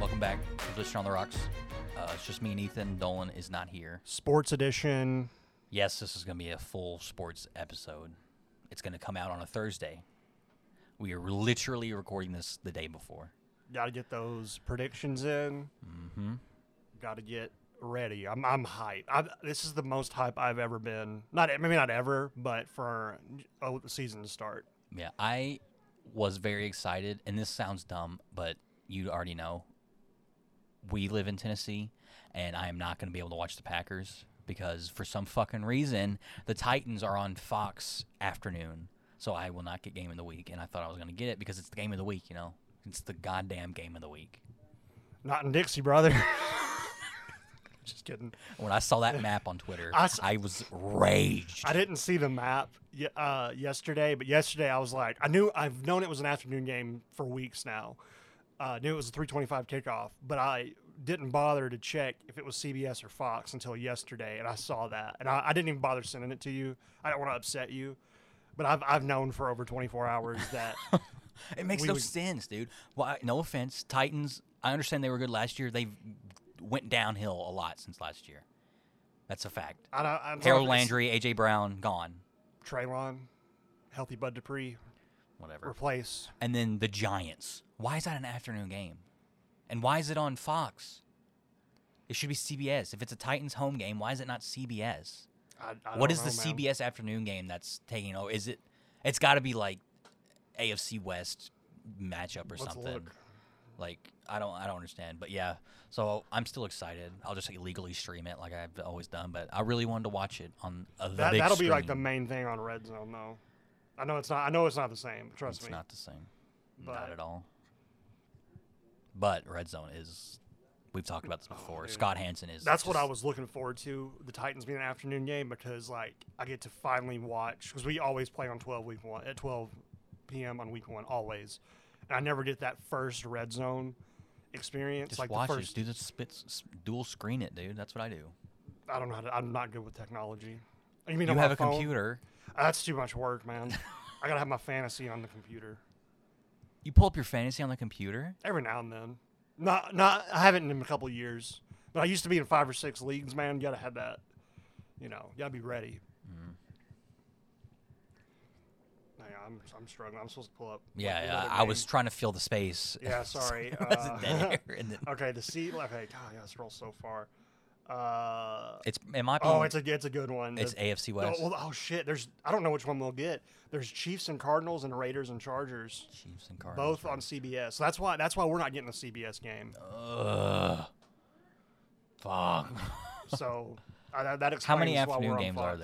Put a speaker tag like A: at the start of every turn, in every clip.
A: Welcome back to Blister on the Rocks. Uh, it's just me and Ethan. Dolan is not here.
B: Sports edition.
A: Yes, this is going to be a full sports episode. It's going to come out on a Thursday. We are literally recording this the day before.
B: Got to get those predictions in.
A: Mm-hmm.
B: Got to get ready. I'm I'm hyped. i this is the most hype I've ever been. Not maybe not ever, but for oh, the season to start.
A: Yeah, I was very excited, and this sounds dumb, but you already know we live in Tennessee, and I am not going to be able to watch the Packers because for some fucking reason the Titans are on Fox afternoon, so I will not get game of the week. And I thought I was going to get it because it's the game of the week, you know, it's the goddamn game of the week.
B: Not in Dixie, brother. Just kidding.
A: When I saw that map on Twitter,
B: I
A: I
B: s-
A: was raged.
B: I didn't see the map ye- uh, yesterday, but yesterday I was like, I knew I've known it was an afternoon game for weeks now. Uh, knew it was a 325 kickoff, but I didn't bother to check if it was CBS or Fox until yesterday, and I saw that, and I, I didn't even bother sending it to you. I don't want to upset you, but I've I've known for over 24 hours that
A: It makes
B: we
A: no
B: would-
A: sense, dude. Why? No offense, Titans. I understand they were good last year. They went downhill a lot since last year. That's a fact.
B: I don't. I'm
A: Harold Landry, AJ Brown, gone.
B: Traylon, healthy Bud Dupree,
A: Whatever.
B: replace.
A: And then the Giants. Why is that an afternoon game? And why is it on Fox? It should be CBS. If it's a Titans home game, why is it not CBS?
B: I, I
A: What
B: don't
A: is the
B: know, man.
A: CBS afternoon game that's taking over? Is it? It's got to be like AFC West matchup or
B: Let's
A: something.
B: look.
A: Like I don't, I don't understand. But yeah, so I'm still excited. I'll just illegally stream it like I've always done. But I really wanted to watch it on uh, the
B: That,
A: big
B: that'll be like the
A: screen.
B: main thing on Red Zone, though. I know it's not. I know it's not the same. Trust
A: It's
B: me.
A: not the same, not
B: But-
A: at all. But Red Zone is. We've talked about this before.
B: Oh, dude.
A: Scott Hansen is.
B: That's what I
A: just-
B: was looking forward to. The Titans being an afternoon game because like I get to finally watch because we always play on twelve week one at twelve p.m. on week one always, and I never get that first Red Zone experience.
A: Just
B: like
A: watch
B: the
A: it.
B: first,
A: Do the spits, s- dual screen it, dude. That's what I do.
B: I don't know. How to, I'm not good with technology. You mean
A: You
B: on my
A: have a
B: phone?
A: computer.
B: That's too much work, man. I gotta have my fantasy on the computer
A: You pull up your fantasy on the computer.
B: every now and then. Not, not. I haven't in a couple years, but I used to be in five or six leagues, man. You gotta have that. You know, you gotta be ready.
A: Mm-hmm.
B: Hang on, I'm, I'm struggling. I'm supposed to pull up. like,
A: Yeah,
B: the
A: yeah,
B: other
A: I was
B: game.
A: trying to fill the space.
B: Yeah, sorry.
A: it wasn't
B: Uh,
A: dead air, and then
B: okay, the seat. Okay, God, yeah, scroll so far. Uh,
A: it's in my
B: oh,
A: opinion,
B: it's a it's a good one.
A: it's
B: The-
A: AFC
B: Oh,
A: West.
B: well, oh shit! There's I don't know which one we'll get. There's Chiefs and Cardinals and Raiders and Chargers,
A: Chiefs and Cardinals.
B: both on CBS. So that's why that's why we're not getting the CBS game.
A: Ugh. Fuck.
B: So uh, that, that explains
A: How many
B: why
A: afternoon
B: we're on
A: games are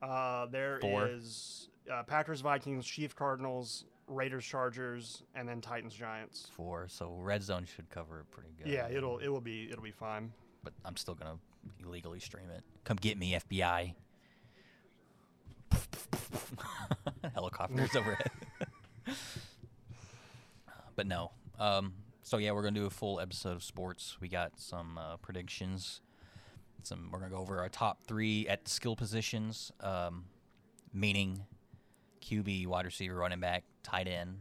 B: Fox. Uh, there is
A: Four?
B: uh, Packers, Vikings, Chiefs, Cardinals, Raiders, Chargers, and then Titans, Giants.
A: Four. So red zone should cover it pretty good.
B: Yeah, it'll it will be it'll be fine.
A: But I'm still gonna illegally stream it. Come get me, FBI. Helicopters overhead. but no. Um, so yeah, we're gonna do a full episode of sports. We got some uh, predictions. Some we're gonna go over our top three at skill positions, um, meaning QB, wide receiver, running back, tight end,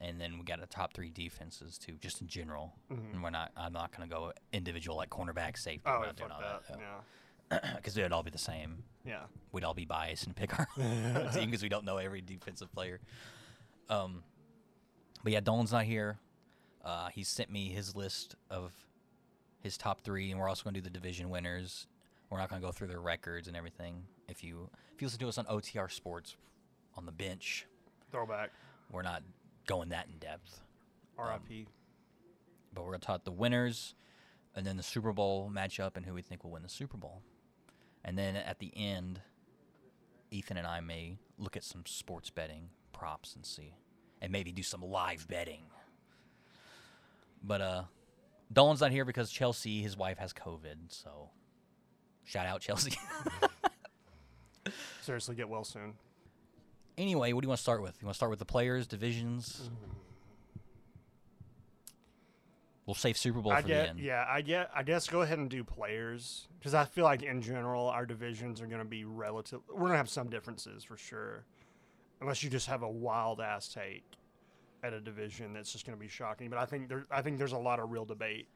A: and then we got a top three defenses too, just in general. And we're not. I'm not gonna go individual like cornerback, safety.
B: Mm-hmm. Oh,
A: we're not
B: fuck
A: doing all
B: that.
A: that
B: Yeah,
A: because it'd all be the same
B: yeah.
A: we'd all be biased and pick our own team because we don't know every defensive player. Um, but yeah, Dolan's not here. Uh, he sent me his list of his top three, and we're also going to do the division winners. We're not going to go through their records and everything. If you if you listen to us on OTR Sports on the bench,
B: Throwback.
A: we're not going that in depth.
B: R.I.P.
A: But we're going to talk the winners, and then the Super Bowl matchup, and who we think will win the Super Bowl. And then at the end, Ethan and I may look at some sports betting props and see, and maybe do some live betting. But uh, Dolan's not here because Chelsea, his wife, has COVID. So shout out Chelsea.
B: Seriously, get well soon.
A: anyway, what do you want to start with? You want to start with the players, divisions? We'll save Super Bowl
B: I
A: for
B: get,
A: the end.
B: yeah, I get. I guess go ahead and do players because I feel like in general our divisions are going to be relative. We're going to have some differences for sure, unless you just have a wild ass take. at a division that's just going to be shocking. But I think there, I think there's a lot of real debate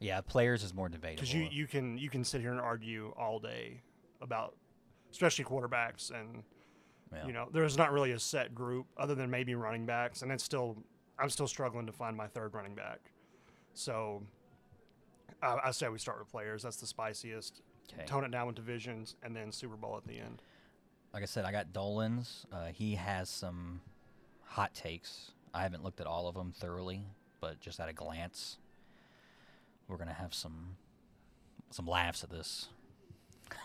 A: Yeah, uh players is more debatable.
B: because you, you can you can sit here and argue all day about especially quarterbacks and
A: Yeah.
B: you know there's not really a set group other than maybe running backs and it's still I'm still struggling to find my third running back so I, I say we start with players that's the spiciest
A: 'Kay.
B: tone it down with divisions and then Super Bowl at the end
A: like I said, I got Dolan's. Uh, he has some hot takes. I haven't looked at all of them thoroughly, but just at a glance, we're gonna have some some laughs at this.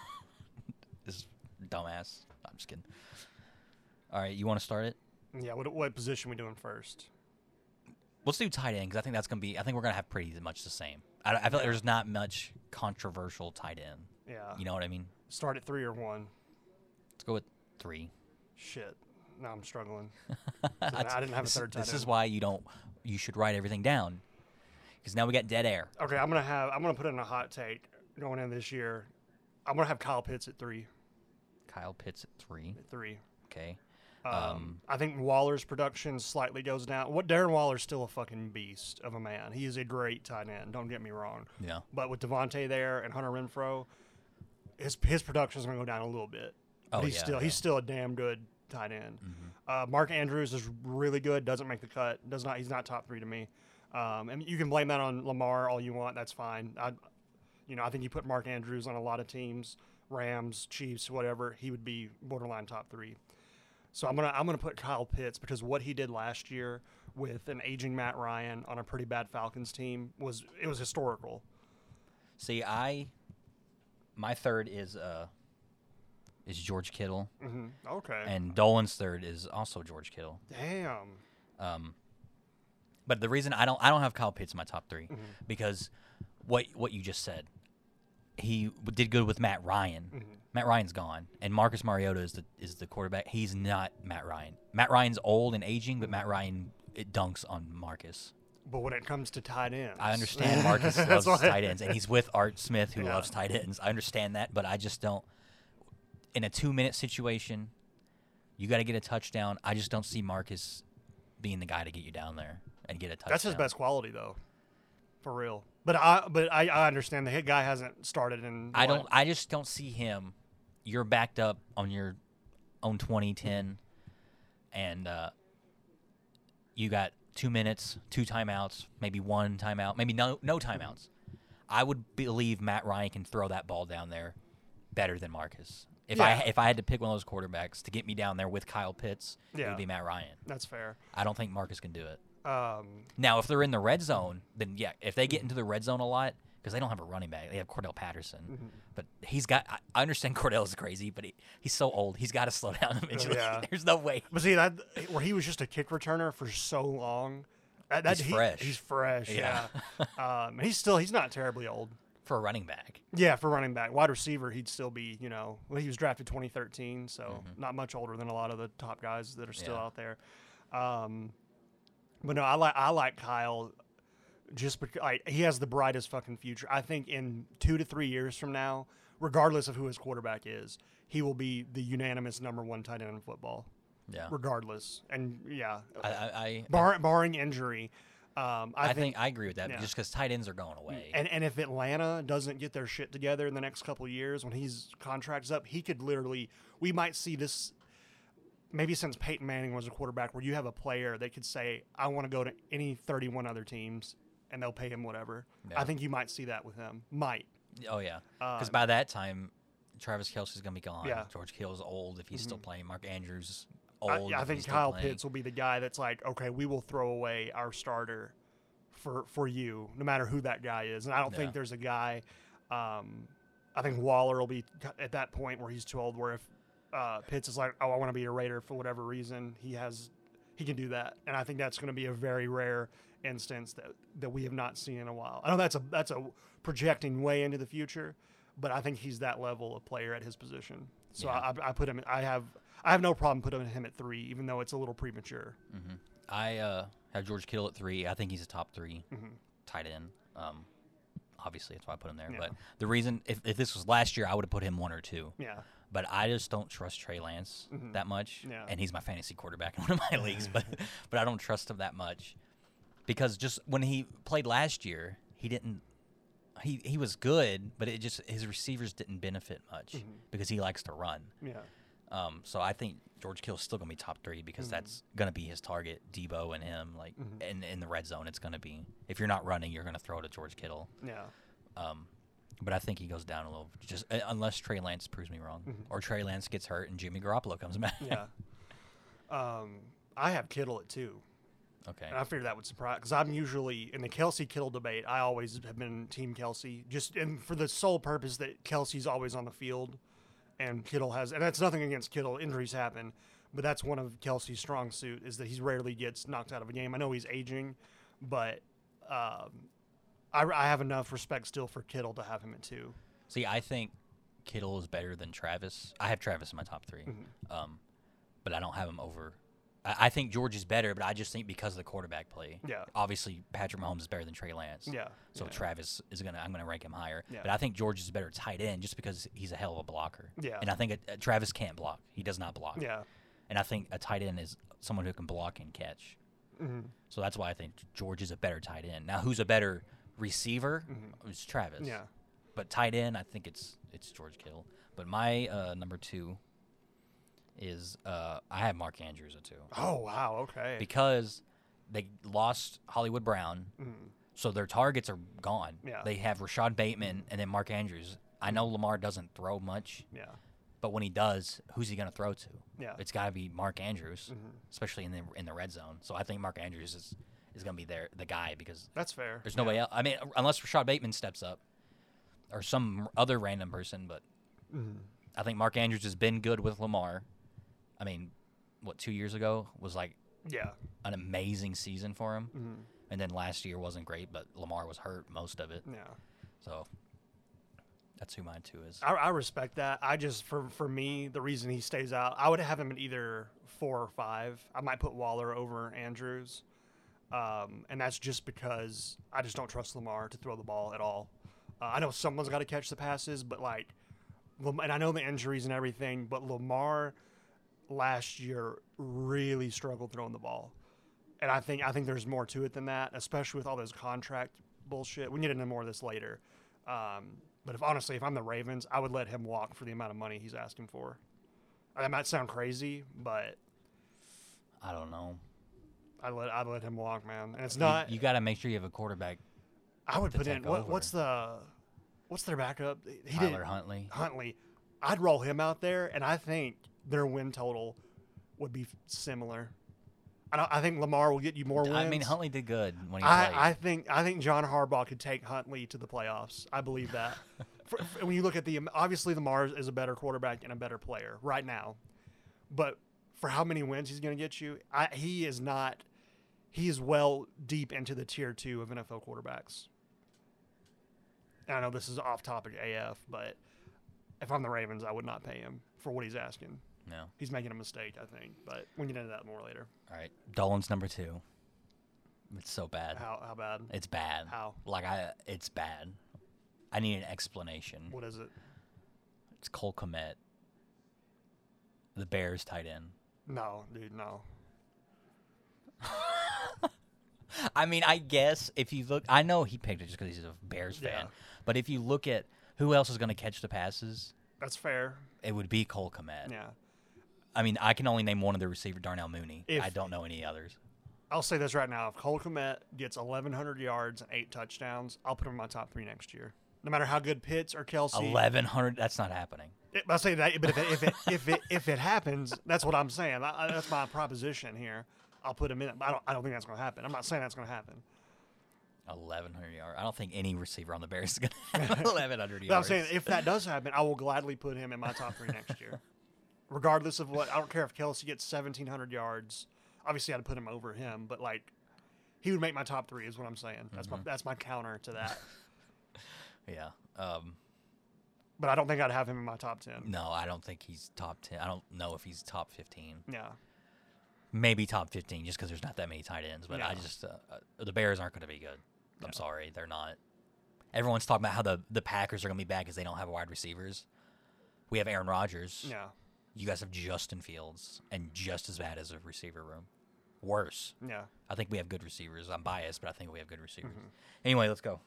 A: this dumbass. I'm just kidding. All right, you want to start it?
B: yeah what, what position we doing first
A: Let's do tight end because I think that's gonna be. I think we're gonna have pretty much the same. I, I feel like there's not much controversial tight end.
B: yeah
A: You know what I mean?
B: start at three or one
A: Let's go with three.
B: shit now I'm struggling 'Cause I didn't have a
A: This,
B: third tight
A: this
B: end.
A: is why you don't. You should write everything down, because now we got dead air.
B: Okay, I'm gonna have I'm gonna put in a hot take going in this year. I'm gonna have Kyle Pitts at three.
A: Kyle Pitts at three.
B: At three.
A: Okay.
B: Um,
A: Um,
B: I think Waller's production slightly goes down. What Darren Waller's still a fucking beast of a man. He is a great tight end. Don't get me wrong.
A: Yeah.
B: But with Devontae there and Hunter Renfro, his his production's gonna go down a little bit.
A: Oh,
B: but he's
A: yeah, Mm-hmm.
B: still
A: yeah.
B: he's still a damn good tight end. Uh, Mark Andrews is really good. Doesn't make the cut. Does not. He's not top three to me. Um, and you can blame that on Lamar all you want. That's fine. I, you know, I think you put Mark Andrews on a lot of teams, Rams, Chiefs, whatever. He would be borderline top three. So I'm gonna I'm gonna put Kyle Pitts because what he did last year with an aging Matt Ryan on a pretty bad Falcons team was it was historical.
A: See, I my third is uh is George Kittle,
B: hmm Okay.
A: and Dolan's third is also George Kittle.
B: Damn.
A: Um, but the reason I don't I don't have Kyle Pitts in my top 3
B: Mm-hmm.
A: because what what you just said, he w- did good with Matt Ryan.
B: Mm-hmm.
A: Matt Ryan's gone, and Marcus Mariota is the is the quarterback. He's not Matt Ryan. Matt Ryan's old and aging, but Matt Ryan it dunks on Marcus.
B: But when it comes to tight ends,
A: I understand Marcus loves
B: That's why-
A: tight ends, and he's with Art Smith, who
B: Yeah.
A: loves tight ends. I understand that, but I just don't. In a two-minute situation, you got to get a touchdown. I just don't see Marcus being the guy to get you down there and get a touchdown.
B: That's his best quality though, for real. But I but I, I understand the hit guy hasn't started in.
A: I
B: what?
A: don't. I just don't see him. You're backed up on your own 2010, and uh, you got two minutes, two timeouts, maybe one timeout, maybe no no timeouts. I would believe Matt Ryan can throw that ball down there better than Marcus. If
B: Yeah.
A: I if I had to pick one of those quarterbacks to get me down there with Kyle Pitts, it
B: Yeah.
A: would be Matt Ryan.
B: That's fair.
A: I don't think Marcus can do it.
B: Um,
A: Now, if they're in the red zone, then yeah, if they
B: Mm-hmm.
A: get into the red zone a lot, because they don't have a running back, they have Cordell Patterson.
B: Mm-hmm.
A: But he's got, I, I understand Cordell's crazy, but he, he's so old. He's got to slow down eventually.
B: Oh, yeah.
A: There's no way.
B: but see that where he was just a kick returner for so long. That, that
A: He's
B: he-
A: fresh.
B: He's fresh.
A: Yeah.
B: Yeah. um, he's still he's not terribly old.
A: For a running back,
B: Yeah, for running back, wide receiver, he'd still be you know well, he was drafted 2013, so not much older than a lot of the top guys that are still
A: Mm-hmm. Yeah.
B: out there. Um, but no, I like I like Kyle just because like, he has the brightest fucking future. I think in two to three years from now, regardless of who his quarterback is, he will be the unanimous number one tight end in football.
A: yeah.
B: Regardless, and yeah,
A: I, I, I,
B: bar, barring injury, um, I,
A: I
B: think,
A: think I agree with that,
B: yeah.
A: just because tight ends are going away.
B: And and if Atlanta doesn't get their shit together in the next couple of years when his contract's up, he could literally we might see this maybe since Peyton Manning was a quarterback where you have a player that could say, I want to go to any thirty one other teams and they'll pay him whatever.
A: Yeah.
B: I think you might see that with him. Might.
A: oh yeah, because by that time, Travis Kelsey's gonna be gone.
B: um, Yeah. Mm-hmm.
A: George Kill's old if he's still playing. Mark Andrews
B: I-
A: old.
B: I,
A: if
B: think
A: he's still
B: Kyle
A: playing.
B: Pitts will be the guy that's like, okay, we will throw away our starter for for you, no matter who that guy is. And I don't
A: Yeah.
B: think there's a guy. Um, I think Waller will be t- at that point where he's too old. Where if uh, Pitts is like, oh, I want to be a Raider for whatever reason, he has he can do that, and I think that's going to be a very rare instance that that we have not seen in a while. I know that's a that's a projecting way into the future, but I think he's that level of player at his position. So
A: Yeah.
B: I, I put him. I have I have no problem putting him at three, even though it's a little premature.
A: I uh, have George Kittle at three. I think he's a top 3
B: Mm-hmm.
A: tight end. Um, obviously, that's why I put him there.
B: Yeah.
A: But the reason, if, if this was last year, I would have put him one or two.
B: Yeah.
A: But I just don't trust Trey Lance
B: Mhm.
A: that much,
B: Yeah.
A: and he's my fantasy quarterback in one of my leagues. But but I don't trust him that much because just when he played last year, he didn't. He he was good, but it just his receivers didn't benefit much
B: Mm-hmm.
A: because he likes to run.
B: Yeah.
A: Um, so I think George Kill's still gonna be top three because
B: Mhm.
A: that's gonna be his target, Debo and him. Like
B: Mhm.
A: in in the red zone, it's gonna be if you're not running, you're gonna throw to George Kittle.
B: Yeah.
A: Um, but I think he goes down a little, just uh, unless Trey Lance proves me wrong,
B: Mhm.
A: or Trey Lance gets hurt and Jimmy Garoppolo comes back.
B: Yeah. um, I have Kittle at two.
A: okay.
B: And I figured that would surprise because I'm usually in the Kelsey Kittle debate. I always have been Team Kelsey, just and for the sole purpose that Kelsey's always on the field, and Kittle has, and that's nothing against Kittle. Injuries happen, but that's one of Kelsey's strong suit is that he rarely gets knocked out of a game. I know he's aging, but um, I, I have enough respect still for Kittle to have him at two.
A: See, I think Kittle is better than Travis. I have Travis in my top 3
B: Mm-hmm.
A: um, but I don't have him over. I, I think George is better, but I just think because of the quarterback play.
B: Yeah.
A: Obviously, Patrick Mahomes is better than Trey Lance.
B: Yeah.
A: So
B: yeah.
A: Travis is gonna. I'm gonna rank him higher.
B: Yeah.
A: But I think George is a better tight end just because he's a hell of a blocker.
B: Yeah.
A: And I think uh, Travis can't block. He does not block.
B: yeah.
A: And I think a tight end is someone who can block and catch.
B: hmm
A: So that's why I think George is a better tight end. Now, who's a better receiver? It's Travis.
B: Mm-hmm. Yeah.
A: But tight end, I think it's it's George Kittle. But my uh, number two is uh, I have Mark Andrews at two
B: Oh wow. Okay.
A: because they lost Hollywood Brown,
B: Mhm.
A: so their targets are gone.
B: Yeah.
A: They have Rashad Bateman and then Mark Andrews. I know Lamar doesn't throw much,
B: Yeah.
A: but when he does, who's he going to throw to?
B: Yeah. Mm-hmm.
A: It's got to be Mark Andrews, especially in the in the red zone. So I think Mark Andrews is is going to be there the guy because
B: That's fair.
A: there's no way else. I mean, unless Rashad Bateman steps up or some other random person, but
B: Mm-hmm.
A: I think Mark Andrews has been good with Lamar. I mean, what two years ago was like
B: Yeah. Mm-hmm.
A: an amazing season for him, and then last year wasn't great, but Lamar was hurt most of it.
B: Yeah.
A: So that's who mine two is.
B: I, I respect that. I just for for me, the reason he stays out, I would have him at either four or five. I might put Waller over Andrews, um, and that's just because I just don't trust Lamar to throw the ball at all. Uh, I know someone's got to catch the passes, but like, Lam- and I know the injuries and everything, but Lamar last year really struggled throwing the ball, and I think I think there's more to it than that, especially with all those contract bullshit. We need to know more of this later. Um, but if honestly, if I'm the Ravens, I would let him walk for the amount of money he's asking for. And That might sound crazy, but
A: I don't know.
B: I let I let him walk, man. And it's
A: You-
B: not.
A: you, got to make sure you have a quarterback,
B: I would
A: to
B: put in
A: take
B: what, what's the what's their backup? He
A: Tyler
B: didn't-
A: Huntley.
B: Huntley. I'd roll him out there, and I think their win total would be similar. I, don't, I think Lamar will get you more wins.
A: I mean, Huntley did good when he played.
B: I, I think I think John Harbaugh could take Huntley to the playoffs. I believe that. for, for- when you look at the obviously the Mars is a better quarterback and a better player right now, but for how many wins he's going to get you, I, he is not. He is well deep into the tier two of NFL quarterbacks. And I know this is off topic AF, but if I'm the Ravens, I would not pay him for what he's asking.
A: no.
B: He's making a mistake, I think. But we can get into that more later.
A: All right, Dolan's number two. It's so bad.
B: How how bad?
A: It's bad.
B: How?
A: Like I, it's bad. I need an explanation.
B: What is it?
A: It's Cole Komet, the Bears tight end.
B: No, dude, no.
A: I mean, I guess if you look, I know he picked it just because he's a Bears fan.
B: Yeah.
A: But if you look at who else is going to catch the passes,
B: That's fair.
A: it would be Cole Komet.
B: Yeah.
A: I mean, I can only name one of the receiver, Darnell Mooney. I
B: If-
A: don't know any others.
B: I'll say this right now. If Cole Komet gets 1,100 yards and eight touchdowns, I'll put him in my top three next year. No matter how good Pitts or Kelsey.
A: Eleven hundred. That's not happening.
B: It- I'll say that, but if it, if it, if it, if it happens, that's what I'm saying. I, I, that's my proposition here. I'll put him in. I don't, I don't think that's going to happen. I'm not saying that's going to happen.
A: Eleven hundred yards. I don't think any receiver on the Bears is going to have eleven hundred yards.
B: But I'm saying if that does happen, I will gladly put him in my top three next year. Regardless of what, I don't care if Kelsey gets 1,700 yards. Obviously, I'd put him over him, but like, he would make my top three, is what I'm saying. That's, my, that's my counter to that.
A: yeah. Um,
B: but I don't think I'd have him in my top ten.
A: no, I don't think he's top ten. I don't know if he's top fifteen.
B: Yeah,
A: maybe top 15 just because there's not that many tight ends. But I
B: Yeah.
A: just, uh, uh, the Bears aren't going to be good. I'm sorry. They're not. Everyone's talking about how the, the Packers are going to be bad because they don't have wide receivers. We have Aaron Rodgers.
B: Yeah.
A: You guys have Justin Fields, and just as bad as a receiver room. Worse.
B: Yeah.
A: I think we have good receivers. I'm biased, but I think we have good receivers.
B: Mm-hmm.
A: Anyway, let's go.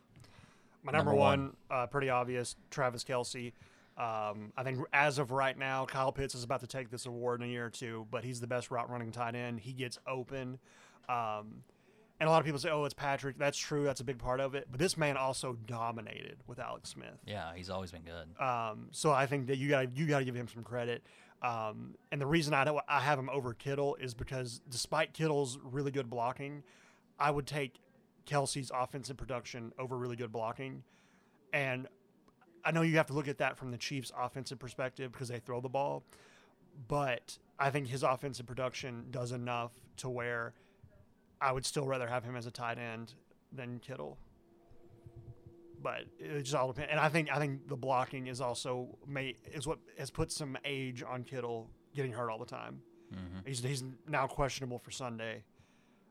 B: My number,
A: Number
B: one,
A: one.
B: Uh, pretty obvious, Travis Kelsey. Um, I think as of right now, Kyle Pitts is about to take this award in a year or two, but he's the best route running tight end. He gets open. Um, and a lot of people say, oh, it's Patrick. That's true. That's a big part of it. But this man also dominated with Alex Smith.
A: Yeah, he's always been good.
B: Um, so I think that you got you got to give him some credit. Um, and the reason I don't, I have him over Kittle is because despite Kittle's really good blocking, I would take Kelsey's offensive production over really good blocking. And I know you have to look at that from the Chiefs' offensive perspective because they throw the ball, but I think his offensive production does enough to where I would still rather have him as a tight end than Kittle but it just all depends. And I think I think the blocking is also may is what has put some age on Kittle getting hurt all the time.
A: Mm-hmm.
B: He's he's now questionable for Sunday.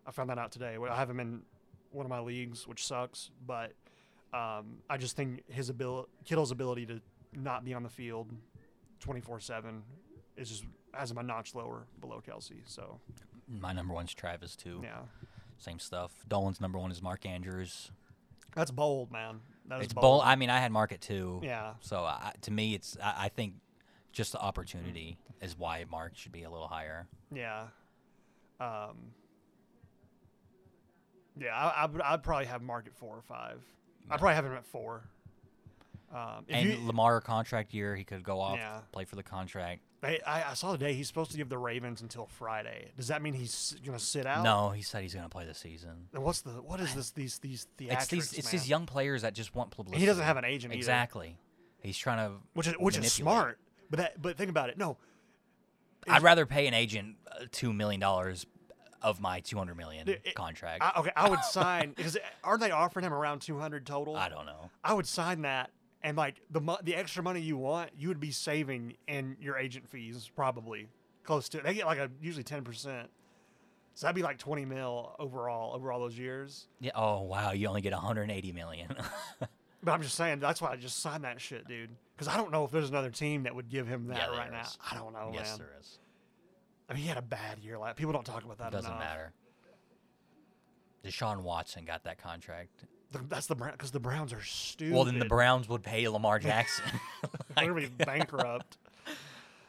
B: I found that out today. Well, I have him in one of my leagues, which sucks. But um, I just think his ability, Kittle's ability to not be on the field twenty four seven, is just has him a notch lower below Kelsey. So
A: My number one's Travis too.
B: yeah,
A: Same stuff. Dolan's number one is Mark Andrews.
B: that's bold, man. That is
A: it's bold. I mean, I had Mark at two.
B: Yeah.
A: So uh, I, to me, it's I, I think just the opportunity is why Mark should be a little higher.
B: Yeah. Um. Yeah, I, I would, I'd probably have Mark at four or five. I'd probably have him at four. Um, if
A: and
B: you-
A: Lamar contract year, he could go off,
B: Yeah.
A: play for the contract.
B: they, I, I saw today he's supposed to give the Ravens until Friday. Does that mean he's gonna sit out?
A: No, he said he's going to play this season.
B: Then what's the what is this these these theatrics?
A: It's these it's
B: man?
A: these young players that just want publicity.
B: He doesn't have an agent either.
A: exactly. He's trying to
B: which is which is
A: manipulate.
B: smart. But that but think about it. No,
A: I'd rather pay an agent uh, two million dollars of my two hundred million
B: Dude, it-
A: contract.
B: I,
A: I,
B: okay, I would sign because aren't they offering him around two hundred total?
A: don't know.
B: I would sign that, and like the mo- the extra money you want, you would be saving in your agent fees probably close to. They get like a usually ten percent, so that'd be like twenty mil overall over all those years.
A: Yeah. Oh wow, you only get one hundred eighty million.
B: But I'm just saying that's why I just signed that shit, dude. Because I don't know if there's another team that would give him that
A: Yeah, there
B: right now.
A: is.
B: I don't know,
A: yes,
B: man.
A: there is.
B: I mean, he had a bad year. Like people don't talk about that.
A: Doesn't
B: enough.
A: matter. Deshaun Watson got that contract.
B: The- that's the Brown because the Browns are stupid.
A: Well, then the Browns would pay Lamar Jackson.
B: They're gonna be bankrupt.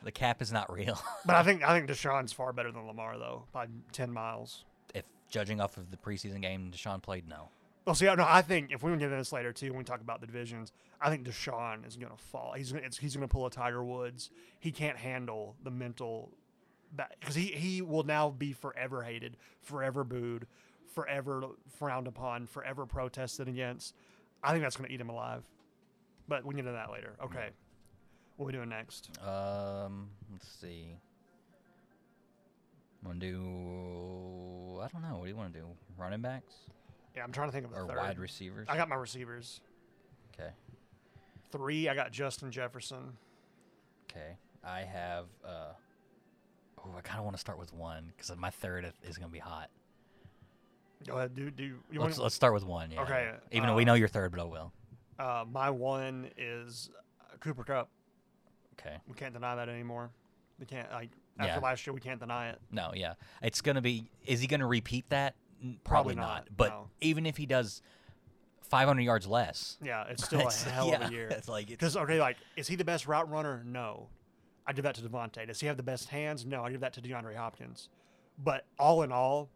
A: the cap is not real.
B: But I think I think Deshaun's far better than Lamar though by ten miles.
A: if judging off of the preseason game, Deshaun played no.
B: Well, see, I- no, I think if we get into this later too, when we talk about the divisions, I think Deshaun is going to fall. He's gonna, it's, he's going to pull a Tiger Woods. He can't handle the mental because he he will now be forever hated, forever booed, forever frowned upon, forever protested against. I think that's going to eat him alive. But we can get into that later. Okay, what are we doing next?
A: Um, let's see. I'm gonna do. I don't know. What do you want to do? Running backs
B: Yeah, I'm trying to think of a
A: or
B: third.
A: wide receivers?
B: I got my receivers.
A: Okay.
B: Three, I got Justin Jefferson.
A: Okay. I have. Uh, oh, I kind of want to start with one because my third is- is gonna be hot.
B: Go ahead, dude. Do you wanna-
A: Let's let's start with one. Yeah.
B: Okay,
A: Even though we
B: uh,
A: know your third, but I will.
B: Uh, my one is uh, Cooper Cup.
A: Okay.
B: We can't deny that anymore. We can't like after
A: Yeah.
B: last year we can't deny it.
A: No. Yeah. It's gonna be. Is he gonna repeat that? N- Probably,
B: Probably not,
A: not. But
B: no.
A: even if he does, 500 yards less.
B: Yeah, it's still a
A: It's-
B: hell
A: yeah,
B: of a year.
A: it's like it's-
B: because okay, like is he the best route runner? No, I give that to Devontae. Does he have the best hands? No, I give that to DeAndre Hopkins. But all in all,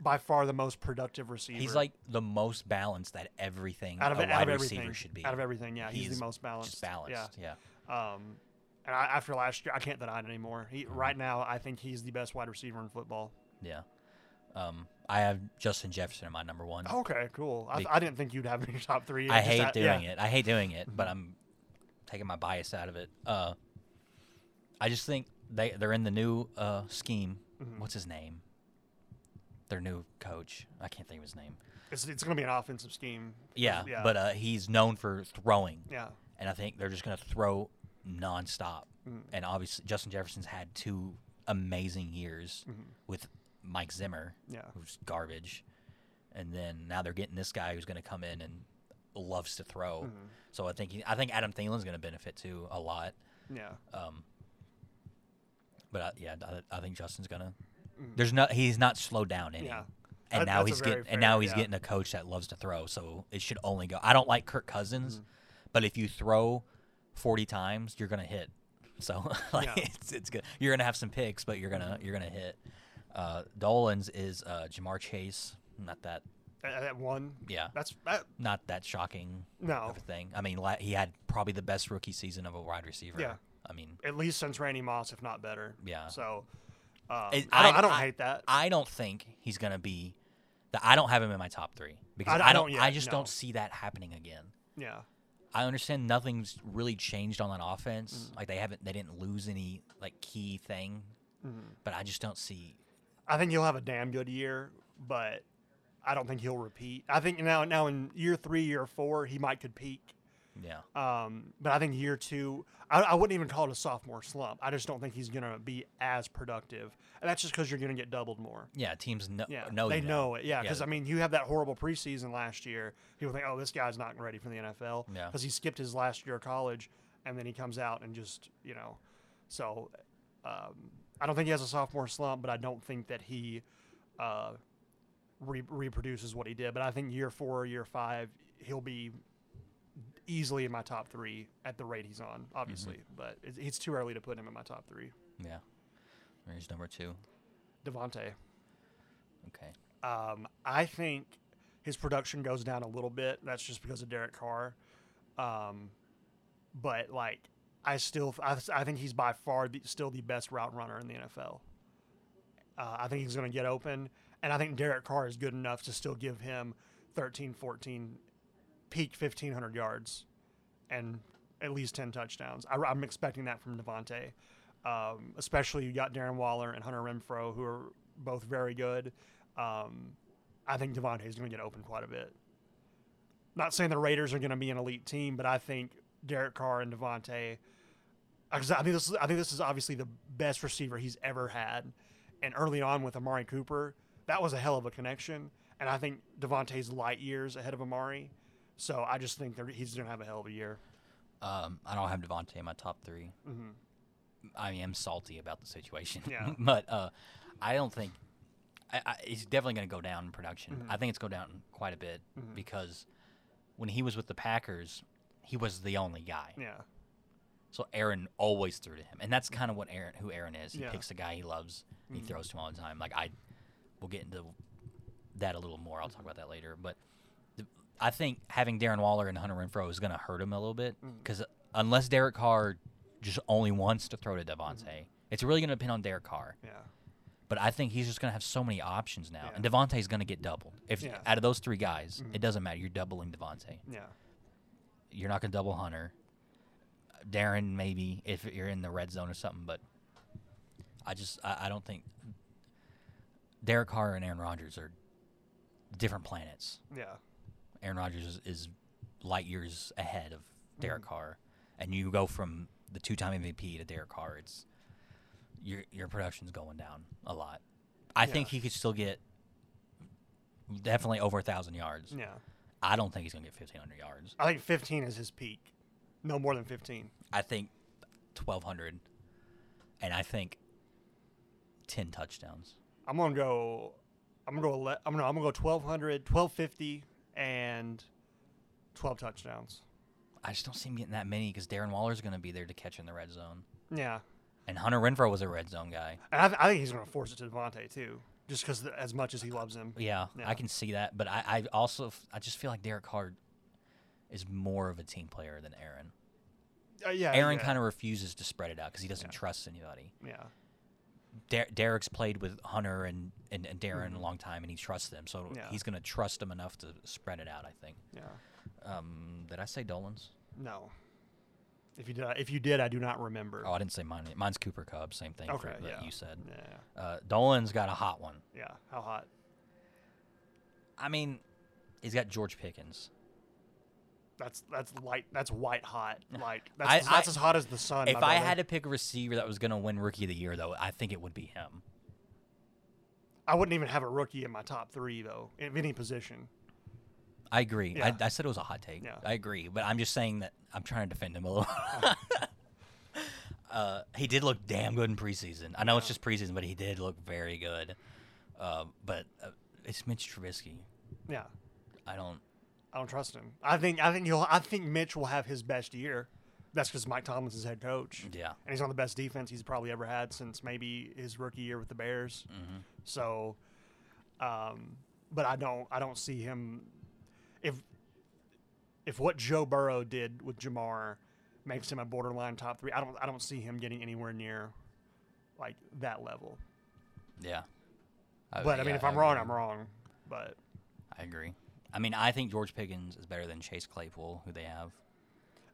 B: by far the most productive receiver.
A: He's like the most balanced that everything
B: out of, e,
A: a
B: out
A: wide
B: of
A: receiver
B: everything,
A: should be.
B: Out of everything, yeah, he's,
A: He's
B: the most balanced.
A: Just balanced. Yeah.
B: Yeah. Um, and I, after last year, I can't deny it anymore.
A: Mm-hmm.
B: He, Right now, I think he's the best wide receiver in football.
A: Yeah. Um, I have Justin Jefferson in my number one.
B: Oh, Okay, cool. I,
A: Be-
B: I didn't think you'd have him in your top three.
A: I hate doing it. I hate doing it, but I'm taking my bias out of it. Uh, I just think they they're in the new uh, scheme. What's his name? Their new coach. I can't think of his name.
B: It's, it's going to be an offensive scheme.
A: Yeah, but uh, he's known for throwing.
B: yeah,
A: and I think they're just going to throw nonstop. And obviously, Justin Jefferson's had two amazing years with Mike Zimmer,
B: Yeah.
A: who's garbage, and then now they're getting this guy who's going to come in and loves to throw. So I think he, I think Adam Thielen's going to benefit too a lot.
B: Yeah.
A: Um, but I, yeah, I, I think Justin's gonna. There's no. He's not slowed down any.
B: Mm. Yeah.
A: And
B: That-
A: now
B: that's a
A: he's
B: very
A: getting.
B: fair-
A: and now he's
B: yeah.
A: getting a coach that loves to throw. So it should only go. I don't like Kirk
B: Mm.
A: Cousins, but if you throw forty times, you're gonna hit. So like
B: Yeah. Mm-hmm.
A: it's it's good. You're gonna have some picks, but you're gonna you're gonna hit. Uh, Dolan's is uh, Jamar Chase. Not that.
B: At, at one.
A: Yeah.
B: That's that,
A: Not that shocking.
B: no.
A: Of a thing. I mean, la- he had probably the best rookie season of a wide receiver.
B: Yeah.
A: I mean,
B: At least since Randy Moss, if not better.
A: Yeah.
B: So. Uh,
A: It-
B: I don't,
A: I-
B: I don't
A: I-
B: hate that.
A: I don't think he's gonna be. The, I don't have him in my top three because I
B: I
A: don't.
B: don't-
A: I,
B: I don't yet,
A: just
B: no.
A: don't see that happening again.
B: yeah.
A: I understand nothing's really changed on that offense.
B: Mm.
A: Like they haven't. They didn't lose any like key thing.
B: Mm-hmm.
A: But I just don't see.
B: I think he'll have a damn good year, but I don't think he'll repeat. I think now now in year three, year four, he might could peak.
A: Yeah.
B: Um, but I think year two, I, I wouldn't even call it a sophomore slump. I just don't think he's gonna be as productive, and that's just because you're gonna get doubled more.
A: Yeah. Teams know.
B: Yeah,
A: know
B: they
A: you
B: know it. Yeah, because
A: yeah.
B: I mean, you have that horrible preseason last year. People think, oh, this guy's not ready for the NFL
A: Yeah.
B: because he skipped his last year of college, and then he comes out and just you know, so um, I don't think he has a sophomore slump, but I don't think that he uh, re- reproduces what he did. But I think year four, year five, he'll be easily in my top three at the rate he's on. Obviously, but it's, it's too early to put him in my top three.
A: Yeah. There's number two.
B: Devontae.
A: Okay.
B: Um, I think his production goes down a little bit. That's just because of Derek Carr. Um, but like, I still, I, I think he's by far the, still the best route runner in the NFL. Uh, I think he's going to get open, and I think Derek Carr is good enough to still give him 13, 14, peak 1500 yards, and at least 10 touchdowns. I, am expecting that from Devontae. Um, especially you got Darren Waller and Hunter Renfro, who are both very good. Um, I think Devontae's going to get open quite a bit. Not saying the Raiders are going to be an elite team, but I think Derek Carr and Devontae. 'cause I think this is I think this is obviously the best receiver he's ever had, and early on with Amari Cooper, that was a hell of a connection. And I think Devontae's light years ahead of Amari, so I just think that he's going to have a hell of a year.
A: Um, I don't have Devontae in my top 3 I am salty about the situation.
B: Yeah.
A: but uh, I don't think I, I, he's definitely going to go down in production. I think it's go down quite a bit because when he was with the Packers, he was the only guy.
B: Yeah,
A: So Aaron always threw to him, and that's kind of what Aaron, who Aaron is. He
B: Yeah. Mm-hmm.
A: picks a guy he loves, and he throws to him all the time. Like I, we'll get into that a little more. I'll talk about that later. But the, I think having Darren Waller and Hunter Renfro is going to hurt him a little bit
B: Mm-hmm.
A: because unless Derek Carr just only wants to throw to Devontae,
B: Mm-hmm.
A: it's really going to depend on Derek Carr.
B: yeah,
A: But I think he's just going to have so many options now,
B: Yeah.
A: and Devontae's going to get doubled. If
B: Yeah. Mm-hmm.
A: out of those three guys, it doesn't matter. You're doubling Devontae
B: yeah.
A: you're not gonna double Hunter. Darren maybe if you're in the red zone or something, but I just I, I don't think Derek Carr and Aaron Rodgers are different planets.
B: Yeah.
A: Aaron Rodgers is, is light years ahead of Derek Carr, and you go from the two-time MVP to Derek Carr. It's your your production's going down a lot. I think
B: Yeah.
A: he could still get definitely over a thousand yards.
B: Yeah.
A: I don't think he's gonna get fifteen hundred yards.
B: I think 15 is his peak. No more than 15.
A: I think 1,200, and I think 10 touchdowns.
B: I'm gonna go. I'm gonna go. ele- I'm gonna. I'm gonna go 1200, 1250, and 12 touchdowns.
A: I just don't see him getting that many because Darren Waller's going to be there to catch in the red zone,
B: Yeah,
A: and Hunter Renfro was a red zone guy.
B: and I, th- I think he's gonna force it to Devontae too, just because as much as he loves him.
A: Yeah,
B: Yeah.
A: I can see that, but I, I also f- I just feel like Derek Carr is more of a team player than Aaron.
B: Uh, yeah.
A: Aaron
B: yeah,
A: kind of refuses to spread it out because he doesn't
B: Yeah.
A: trust anybody.
B: Yeah.
A: Der- Derek's played with Hunter and, and, and Darren a long time, and he trusts them, so
B: Mm-hmm. Yeah.
A: he's going to trust them enough to spread it out. I think.
B: Yeah.
A: Um, did I say Dolan's?
B: No. If you did, if you did, I do not remember.
A: Oh, I didn't say mine. Mine's Cooper Cub. Same thing for-
B: okay.
A: that
B: yeah.
A: you said.
B: Yeah.
A: Uh, Dolan's got a hot one.
B: Yeah. How hot?
A: I mean, he's got George Pickens.
B: That's that's light. That's white hot. Like that's,
A: I-
B: as- that's
A: I-
B: as hot as the sun.
A: If
B: my
A: I
B: brother.
A: had to pick a receiver that was going to win Rookie of the Year, though, I think it would be him.
B: I wouldn't even have a rookie in my top three though, in any position.
A: I agree.
B: Yeah.
A: I, I said it was a hot take.
B: Yeah.
A: I agree, but I'm just saying that I'm trying to defend him a little. Uh, he did look damn good in preseason. I know it's just preseason, but he did look very good. Uh, but uh, it's Mitch Trubisky.
B: Yeah,
A: I don't.
B: I don't trust him. I think I think he'll. I think Mitch will have his best year. That's because Mike Tomlin's his head coach,
A: Yeah.
B: and he's on the best defense he's probably ever had since maybe his rookie year with the Bears.
A: hmm
B: So, um, but I don't I don't see him if if what Joe Burrow did with Jamar makes him a borderline top three. I don't I don't see him getting anywhere near like that level.
A: Yeah.
B: but I mean,
A: Oh, yeah,
B: if I'm wrong,
A: agree.
B: I'm wrong. But
A: I agree. I mean, I think George Pickens is better than Chase Claypool, who they have.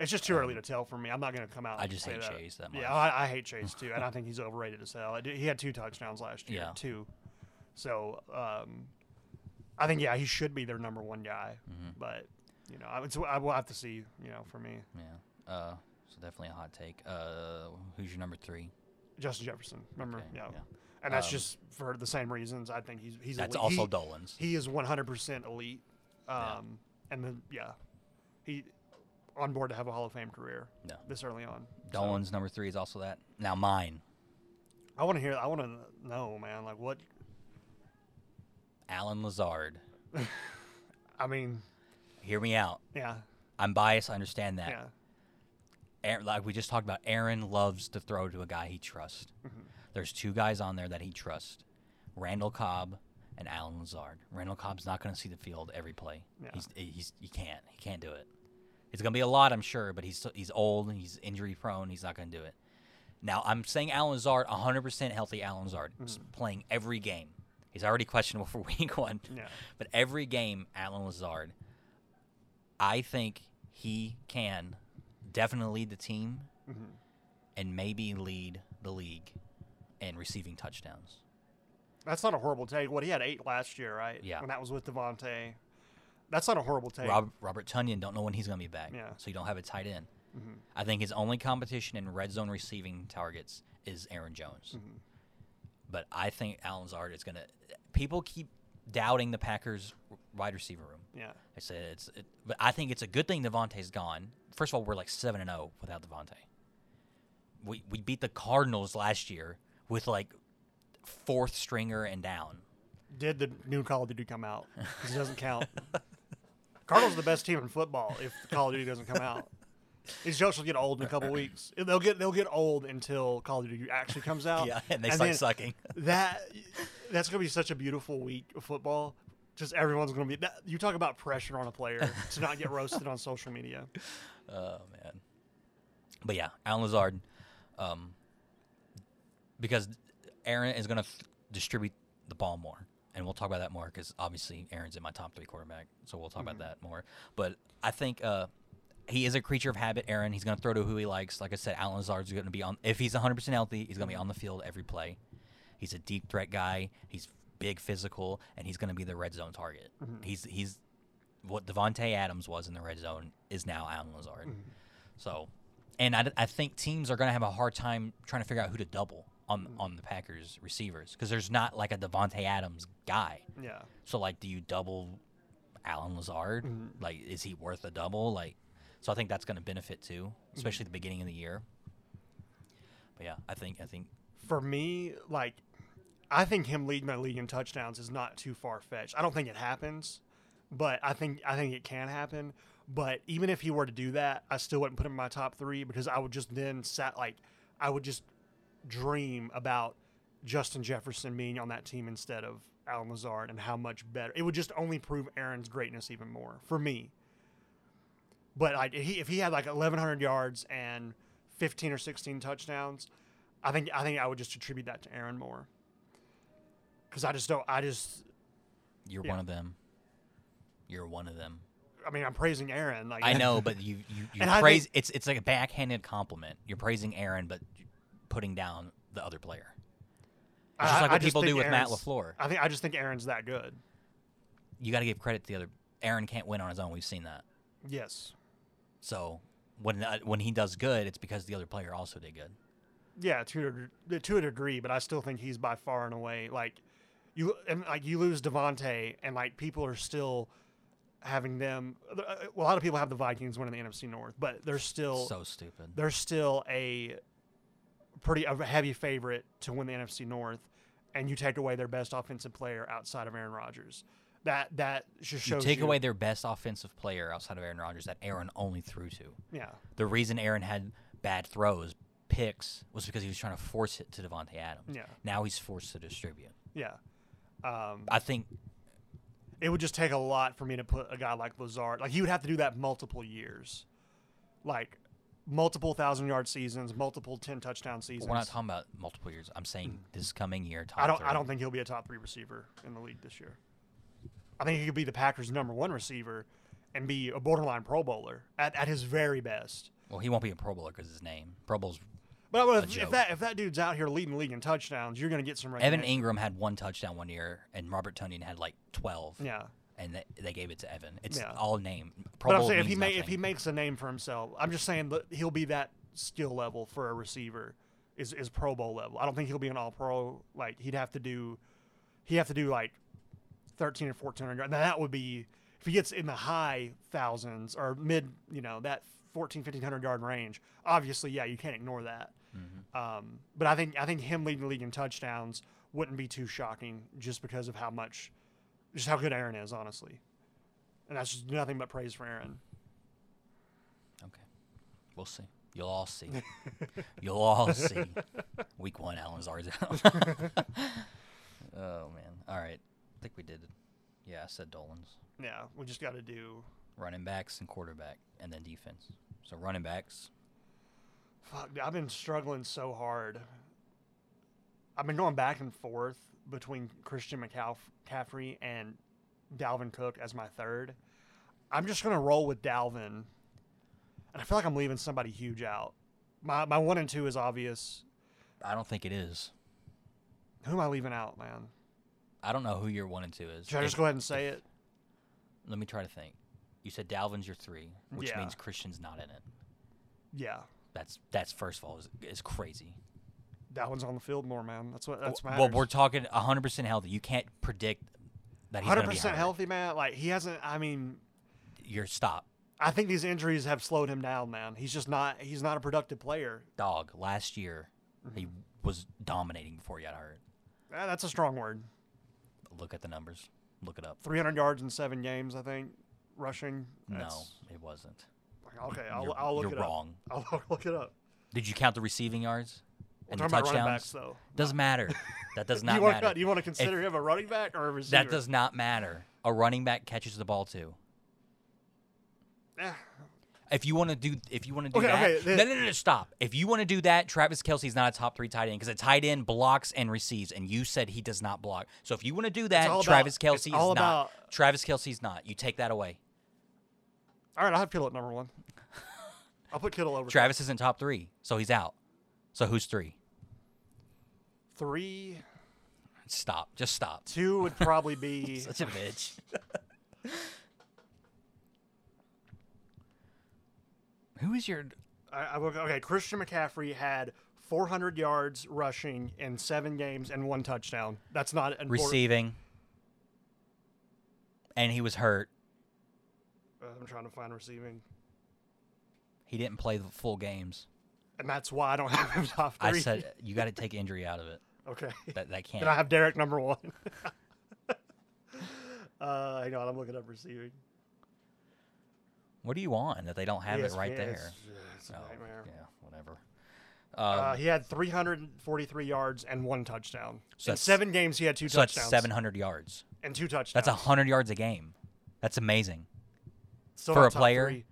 B: it's just too early to tell for me. I'm not going to come out.
A: I
B: and
A: just
B: say
A: hate
B: that.
A: Chase that much.
B: Yeah, I, I hate Chase too, and I think he's overrated as hell. I did- He had two touchdowns last year,
A: Yeah.
B: two. So, um, I think yeah, he should be their number one guy.
A: Mhm.
B: But you know, I, it's, I will have to see. You know, for me,
A: Yeah. Uh, so definitely a hot take. Uh, who's your number three?
B: Justin Jefferson. Remember,
A: Okay,
B: yeah. and that's
A: Um,
B: just for the same reasons. I think he's he's
A: That's
B: elite.
A: also
B: He-
A: Dolan's.
B: he is 100% elite. Um,
A: Yeah.
B: And then, yeah, he on board to have a Hall of Fame career
A: No.
B: this early on. So,
A: Dolan's number three is also that. Now mine,
B: I want to hear, I want to know, man, like what,
A: Alan Lazard.
B: I mean,
A: Hear me out.
B: yeah,
A: I'm biased. I understand that.
B: yeah,
A: Aaron, like we just talked about, Aaron loves to throw to a guy he trusts. There's two guys on there that he trusts Randall Cobb and Alan Lazard. Randall Cobb's not going to see the field every play.
B: Yeah.
A: He's, eh, he's, he can't. He can't do it. It's going to be a lot, I'm sure, but he's, he's old and he's injury prone. He's not going to do it. Now, I'm saying Alan Lazard, 100% healthy Alan Lazard, is playing every game. He's already questionable for week one.
B: Yeah.
A: But every game, Alan Lazard, I think he can definitely lead the team
B: mm-hmm.
A: and maybe lead the league in receiving touchdowns.
B: That's not a horrible take. What, he had eight last year, right?
A: Yeah.
B: When that was with Devontae. That's not a horrible take.
A: Rob, Robert Tunyon, don't know when he's going to be back,
B: Yeah.
A: so you don't have a tight end. I think his only competition in red zone receiving targets is Aaron Jones. But I think Alan Lazard is going to. People keep doubting the Packers' wide receiver room.
B: Yeah.
A: I said it's, it, but I think it's a good thing Devontae's gone. First of all, we're like seven and zero without Devontae. We we beat the Cardinals last year with like fourth stringer and down.
B: Did the new Call of Duty come out? 'Cause it doesn't count. Cardinals are the best team in football if the Call of Duty doesn't come out. These jokes will get old in a couple weeks. They'll get they'll get old until Call of Duty actually comes out.
A: Yeah, and they start
B: then
A: sucking.
B: That that's gonna be such a beautiful week of football. Just everyone's gonna be. That, you talk about pressure on a player to not get roasted on social media.
A: Oh man. But yeah, Alan Lazard, um, because Aaron is going to f- distribute the ball more, and we'll talk about that more because obviously Aaron's in my top three quarterback, so we'll talk about that more. But I think uh, he is a creature of habit. Aaron, he's going to throw to who he likes. Like I said, Alan Lazard's going to be on if he's 100 percent healthy, he's going to be on the field every play. He's a deep threat guy. He's big physical, and he's going to be the red zone target. He's he's what Devonte Adams was in the red zone is now Alan Lazard. So, and I, d- I think teams are going to have a hard time trying to figure out who to double on on the Packers receivers because there's not like a Devonte Adams guy.
B: Yeah,
A: So like, do you double Alan Lazard? Like, is he worth a double? Like, so I think that's going to benefit too, especially at the beginning of the year. But yeah, I think I think
B: for me, like I think him leading the league in touchdowns is not too far fetched. I don't think it happens, but I think I think it can happen. But even if he were to do that, I still wouldn't put him in my top three because I would just then sat like I would just dream about Justin Jefferson being on that team instead of Alan Lazard and how much better it would just only prove Aaron's greatness even more for me. But like if he, if he had like 1,100 yards and 15 or 16 touchdowns, I think I think I would just attribute that to Aaron more. Because I just don't. I just.
A: you're
B: Yeah.
A: one of them. You're one of them.
B: I mean, I'm praising Aaron. Like
A: I know, but you you, you
B: And I
A: praise it's it's like a backhanded compliment. You're praising Aaron, but putting down the other player. It's just like what people do
B: think
A: with Matt
B: Aaron's-
A: LaFleur.
B: I think I just think Aaron's that good.
A: You got to give credit to the other. Aaron can't win on his own. We've seen that.
B: Yes.
A: So when uh, when he does good, it's because the other player also did good.
B: Yeah, to a, deg- to a degree, but I still think he's by far and away like you and like you lose Devonte, and like people are still having them. uh, A lot of people have the Vikings winning the NFC North, but they're still
A: So stupid.
B: there's still a pretty a heavy favorite to win the NFC North, and you take away their best offensive player outside of Aaron Rodgers. That that just
A: You
B: shows
A: take away their best offensive player outside of Aaron Rodgers that Aaron only threw to.
B: yeah
A: The reason Aaron had bad throws, picks, was because he was trying to force it to Devontae Adams.
B: Yeah.
A: Now he's forced to distribute.
B: yeah. Um,
A: I think
B: it would just take a lot for me to put a guy like Lazard. Like he would have to do that multiple years, like multiple thousand yard seasons, multiple ten touchdown seasons.
A: we're not talking about multiple years. I'm saying this coming year. Top
B: Hmm. I don't. I
A: three.
B: don't think he'll be a top three receiver in the league this year. I think he could be the Packers' number one receiver and be a borderline Pro Bowler at, at his very best.
A: Well, he won't be a Pro Bowler because his name. Pro Bowl's
B: But
A: A
B: if,
A: joke.
B: if that if that dude's out here leading the league in touchdowns, you're going to get some
A: Evan
B: recognition.
A: Ingram had one touchdown one year, and Robert Tunyon had like twelve.
B: Yeah.
A: And they, they gave it to Evan. It's
B: Yeah.
A: all name. Pro
B: But I'm
A: Bowl
B: saying if
A: means
B: he ma- if
A: nothing.
B: he makes a name for himself, I'm just saying that he'll be that skill level for a receiver is is Pro Bowl level. I don't think he'll be an All Pro. Like he'd have to do, he'd have to do like 13 or 14 hundred. Now that would be if he gets in the high thousands or mid, you know, that 14 1500 yard range. Obviously, yeah, you can't ignore that.
A: Mm-hmm.
B: Um, but I think I think him leading the league in touchdowns wouldn't be too shocking just because of how much, just how good Aaron is, honestly. And that's just nothing but praise for Aaron.
A: Okay. We'll see. You'll all see. You'll all see. Week one, Alan Lazar's out. oh, man. All right. I think we did. Yeah, I said Dolan's.
B: Yeah, we just got to do.
A: Running backs and quarterback, and then defense. So running backs.
B: Fuck, I've been struggling so hard. I've been going back and forth between Christian McCaffrey and Dalvin Cook as my third. I'm just gonna roll with Dalvin, and I feel like I'm leaving somebody huge out. My my one and two is obvious.
A: I don't think it is.
B: Who am I leaving out, man?
A: I don't know who your one and two is.
B: Should I
A: If-
B: just go ahead and say it?
A: Let me try to think. You said Dalvin's your three, which
B: Yeah.
A: means Christian's not in it.
B: Yeah,
A: That's that's first of all is, is crazy.
B: Dalvin's on the field more, man. That's what that's
A: well,
B: matters.
A: well, we're talking 100 percent healthy. You can't predict that he's going
B: hundred
A: to be
B: percent
A: hurt.
B: healthy, man. Like he hasn't. I mean,
A: You're stop,
B: I think these injuries have slowed him down, man. He's just not he's not a productive player.
A: dog. Last year,
B: Mm-hmm.
A: he was dominating before he got hurt.
B: Ah, that's a strong word.
A: Look at the numbers. Look it up.
B: 300 yards in 7 games, I think, rushing.
A: No,
B: That's-
A: it wasn't.
B: Okay, I'll,
A: You're-
B: I'll look
A: you're
B: it
A: wrong.
B: up. I'll look it up.
A: Did you count the receiving yards
B: We're
A: and the
B: talking about running backs
A: touchdowns?
B: though.
A: Doesn't matter. That does
B: Do
A: not
B: you want,
A: matter.
B: do you want to consider him a running back or a receiver?
A: that does not matter. A running back catches the ball too.
B: Eh,
A: If you want to do, if you want to do
B: Okay,
A: that,
B: okay, then-
A: no, no, no, no, stop. If you want to do that, Travis Kelsey's not a top three tight end because a tight end blocks and receives, and you said he does not block. So if you want to do
B: all
A: that,
B: about-
A: Travis
B: it's
A: Kelsey is
B: all
A: not.
B: about-
A: Travis Kelsey's not. You take that away.
B: All right, I have Kittle at number 1. I'll put Kittle over
A: Travis isn't top three, so he's out. So who's three?
B: 3.
A: Stop. Just stop.
B: 2 would probably be
A: Such a bitch. Who is your?
B: I, I will, okay, Christian McCaffrey had 400 yards rushing in 7 games and one touchdown. That's not important.
A: receiving, and he was hurt.
B: Uh, I'm trying to find receiving.
A: He didn't play the full games.
B: And that's why I don't have him top three.
A: I said you got to take injury out of it.
B: okay.
A: That that can't.
B: Then I have Derek number one. uh, hang on, I'm looking up receiving.
A: what do you on that they don't have it right
B: ESPN,
A: there?
B: It's, it's a
A: Oh,
B: nightmare.
A: yeah, whatever. Um,
B: Uh, he had 343 yards and one touchdown.
A: So
B: in
A: that's-
B: seven games, he had two
A: So that's
B: touchdowns
A: 700 yards.
B: and two touchdowns.
A: That's 100 yards a game. That's amazing.
B: Still
A: for
B: not
A: a
B: top
A: player.
B: three.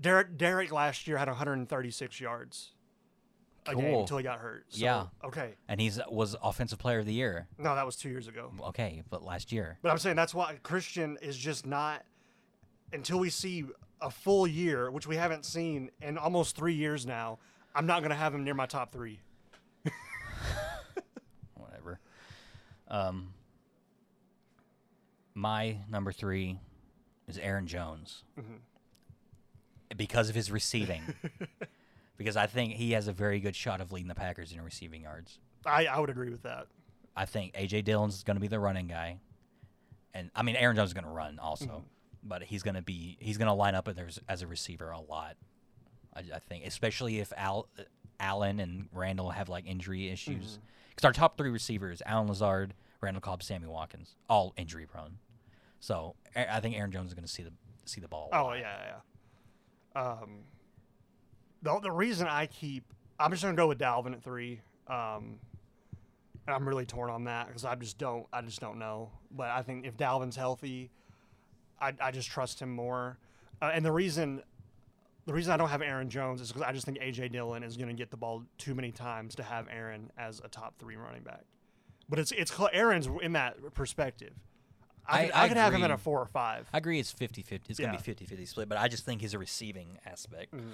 B: Derek Derek last year had 136 yards a game
A: Cool.
B: until he got hurt. So,
A: Yeah.
B: Okay.
A: And he's was offensive player of the year.
B: No, that was two years ago.
A: Okay, but last year.
B: But I'm saying that's why Christian is just not until we see a full year, which we haven't seen in almost three years now. I'm not going to have him near my top three.
A: whatever. Um, my number three is Aaron Jones
B: Mm-hmm.
A: because of his receiving. because I think he has a very good shot of leading the Packers in receiving yards.
B: I, I would agree with that.
A: I think AJ Dillon's going to be the running guy, and I mean Aaron Jones is going to run also, but he's going to be he's going to line up as, as a receiver a lot. I, I think, especially if Al Allen and Randall have like injury issues. Because our top three receivers, Allen Lazard, Randall Cobb, Sammy Watkins, all injury prone. So A- I think Aaron Jones is going to see the see the ball. a
B: Oh
A: lot.
B: yeah, yeah. Um, the the reason I keep I'm just gonna go with Dalvin at three. Um, and I'm really torn on that because I just don't I just don't know. But I think if Dalvin's healthy, I I just trust him more. Uh, and the reason the reason I don't have Aaron Jones is because I just think AJ Dillon is gonna get the ball too many times to have Aaron as a top three running back. But it's it's cl- Aaron's in that perspective. I
A: I-
B: could,
A: I
B: I could have him at
A: agree.
B: a four or five.
A: I agree it's 50-50. It's going
B: Yeah. Mm-hmm.
A: to be 50-50 split, but I just think his receiving aspect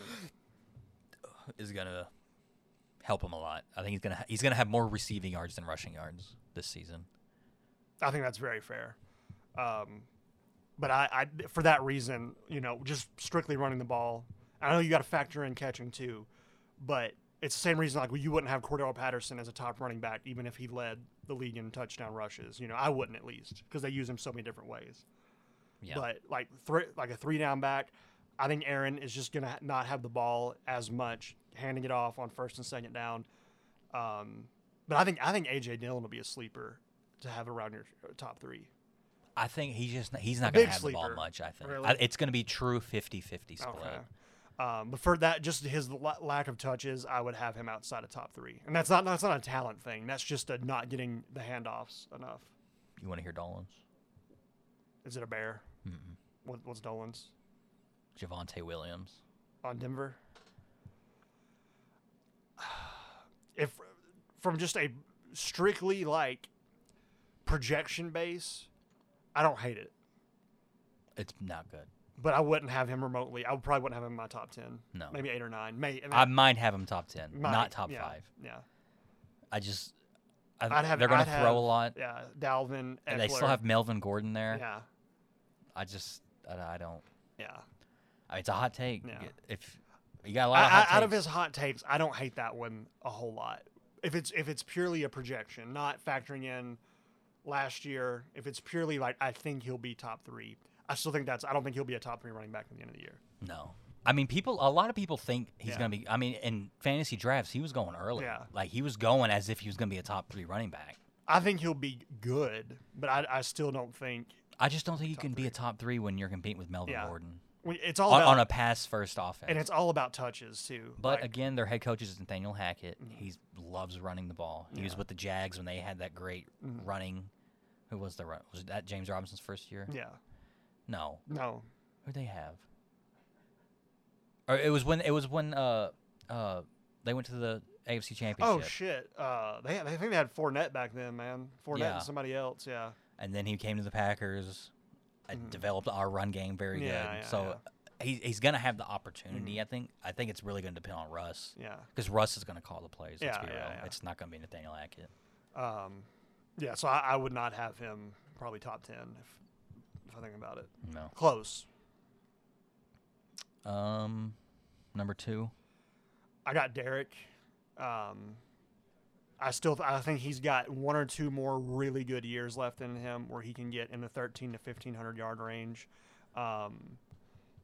A: is going to help him a lot. I think he's going to he's going to have more receiving yards than rushing yards this season.
B: I think that's very fair. Um, but I, I, for that reason, you know, just strictly running the ball. I know you got to factor in catching too, but it's the same reason like you wouldn't have Cordell Patterson as a top running back, even if he led the league in touchdown rushes. You know, I wouldn't at least because they use him so many different ways.
A: Yeah.
B: But like three, like a three down back, I think Aaron is just gonna ha- not have the ball as much, handing it off on first and second down. Um, but I think I think AJ Dillon will be a sleeper to have around your top three.
A: I think he's just not- he's not
B: big
A: going to have the
B: sleeper,
A: ball much, I think.
B: really.
A: I, it's going to be true 50-50 split.
B: Um, but for that, just his la- lack of touches, I would have him outside of top three, and that's not that's not a talent thing. That's just a not getting the handoffs enough.
A: You want to hear Dolan's?
B: Is it a bear? What, what's Dolan's
A: Javante Williams.
B: on Denver? If from just a strictly like projection base, I don't hate it,
A: It's not good.
B: but I wouldn't have him remotely. I would probably wouldn't have him in my top ten.
A: No.
B: maybe eight or nine. May I mean,
A: I might have him top 10,
B: might,
A: not top
B: yeah,
A: 5.
B: Yeah.
A: I just I,
B: I'd have.
A: they're going
B: I'd
A: to
B: have,
A: throw a lot.
B: Yeah, Dalvin.
A: And they still
B: Eckler.
A: have Melvin Gordon there.
B: Yeah,
A: I just I, I don't
B: yeah.
A: I mean, it's a hot take.
B: Yeah.
A: If you got a lot
B: I,
A: of hot
B: I, out of
A: takes.
B: his hot takes, I don't hate that one a whole lot. If it's if it's purely a projection, not factoring in last year, if it's purely like I think he'll be top three, I still think that's. I don't think he'll be a top three running back at the end of the year.
A: No. I mean, people. A lot of people think he's
B: Yeah.
A: gonna be. I mean, in fantasy drafts, he was going early.
B: Yeah.
A: Like he was going as if he was gonna be a top three running back.
B: I think he'll be good, but I, I still don't think
A: I just don't think you can be a top three when you're competing with Melvin
B: Yeah.
A: Gordon
B: we- it's all
A: on,
B: about
A: on a pass first offense.
B: and it's all about touches too.
A: but
B: Like, Mm-hmm.
A: again, their head coach is Nathaniel Hackett. He loves running the ball. He was with the Jags when they had that great
B: Mm-hmm.
A: running. Who was the run? Was that James Robinson's first year?
B: yeah,
A: No,
B: no,
A: Who they have? Or it was when it was when uh uh they went to the AFC Championship.
B: oh shit, uh, they had, I think they had Fournette back then, man. Fournette
A: Yeah.
B: and somebody else, yeah.
A: And then he came to the Packers and developed our run game very
B: Mm. Yeah,
A: good.
B: yeah, Mm-hmm.
A: so uh, he he's gonna have the opportunity. I think I think it's really gonna depend on Russ
B: Yeah.
A: because Russ is gonna call the plays. Let's
B: Yeah,
A: be real.
B: yeah, yeah.
A: It's not gonna be Nathaniel Hackett.
B: Um, yeah, so I, I would not have him probably top ten if, if I think about it.
A: No.
B: Close.
A: Um, number two.
B: I got Derek. Um, I still I think he's got one or two more really good years left in him where he can get in the thirteen to fifteen hundred yard range. Um,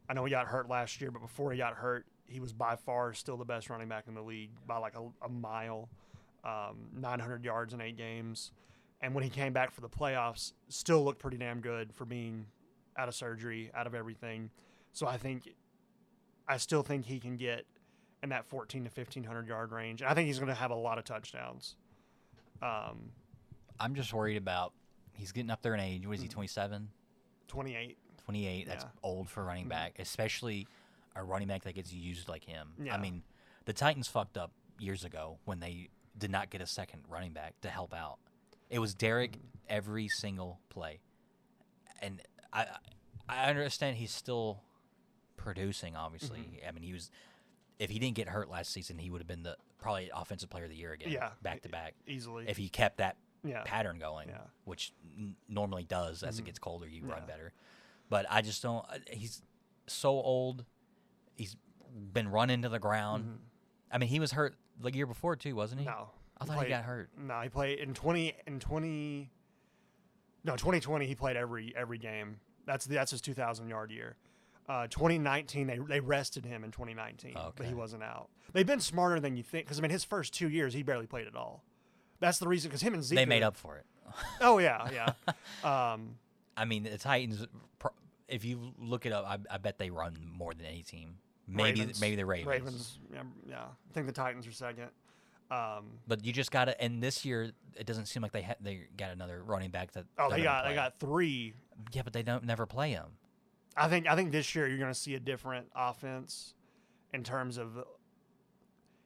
B: I know he got hurt last year, but before he got hurt, he was by far still the best running back in the league by like a, a mile. Um, 900 yards in eight games, and when he came back for the playoffs, still looked pretty damn good for being out of surgery, out of everything. So I think, I still think he can get in that 14 to 1500 yard range, and I think he's going to have a lot of touchdowns. Um,
A: I'm just worried about he's getting up there in age.
B: Mm.
A: What is he? Twenty seven.
B: 28.
A: 28 that's
B: Yeah. Mm-hmm.
A: old for a running back especially a running back that gets used like him
B: Yeah.
A: i mean the titans fucked up years ago when they did not get a second running back to help out it was derek
B: Mm-hmm.
A: every single play and i i understand he's still producing obviously
B: Mm-hmm.
A: i mean he was if he didn't get hurt last season he would have been the probably offensive player of the year again
B: Yeah.
A: back to back
B: easily.
A: if he kept that
B: Yeah.
A: pattern going,
B: Yeah. Mm.
A: which n- normally does as it gets colder, you run better. But I just don't. I- He's so old. He's been run into the ground. I mean, he was hurt the year before too, wasn't he?
B: Mm-hmm. No,
A: I thought he
B: played-
A: got hurt.
B: No, he played in twenty in twenty. No, twenty twenty. He played every every game. That's the, that's his two thousand yard year. Uh, 2019, they they rested him in 2019, but
A: Okay.
B: he wasn't out. They've been smarter than you think because I mean, his first two years, he barely played at all. That's the reason because him and Zeke
A: They made up for it.
B: Oh yeah, yeah. um,
A: I mean, the Titans. pro- If you look it up, I, I bet they run more than any team. Maybe
B: Ravens.
A: maybe the Ravens.
B: Ravens, yeah, yeah. I think the Titans are second. Um,
A: But you just got to. And this year, it doesn't seem like they ha- they got another running back that.
B: oh,
A: they're
B: they
A: gonna
B: got they
A: play.
B: got three.
A: Yeah, but they don't never play him.
B: I think I think this year you're going to see a different offense in terms of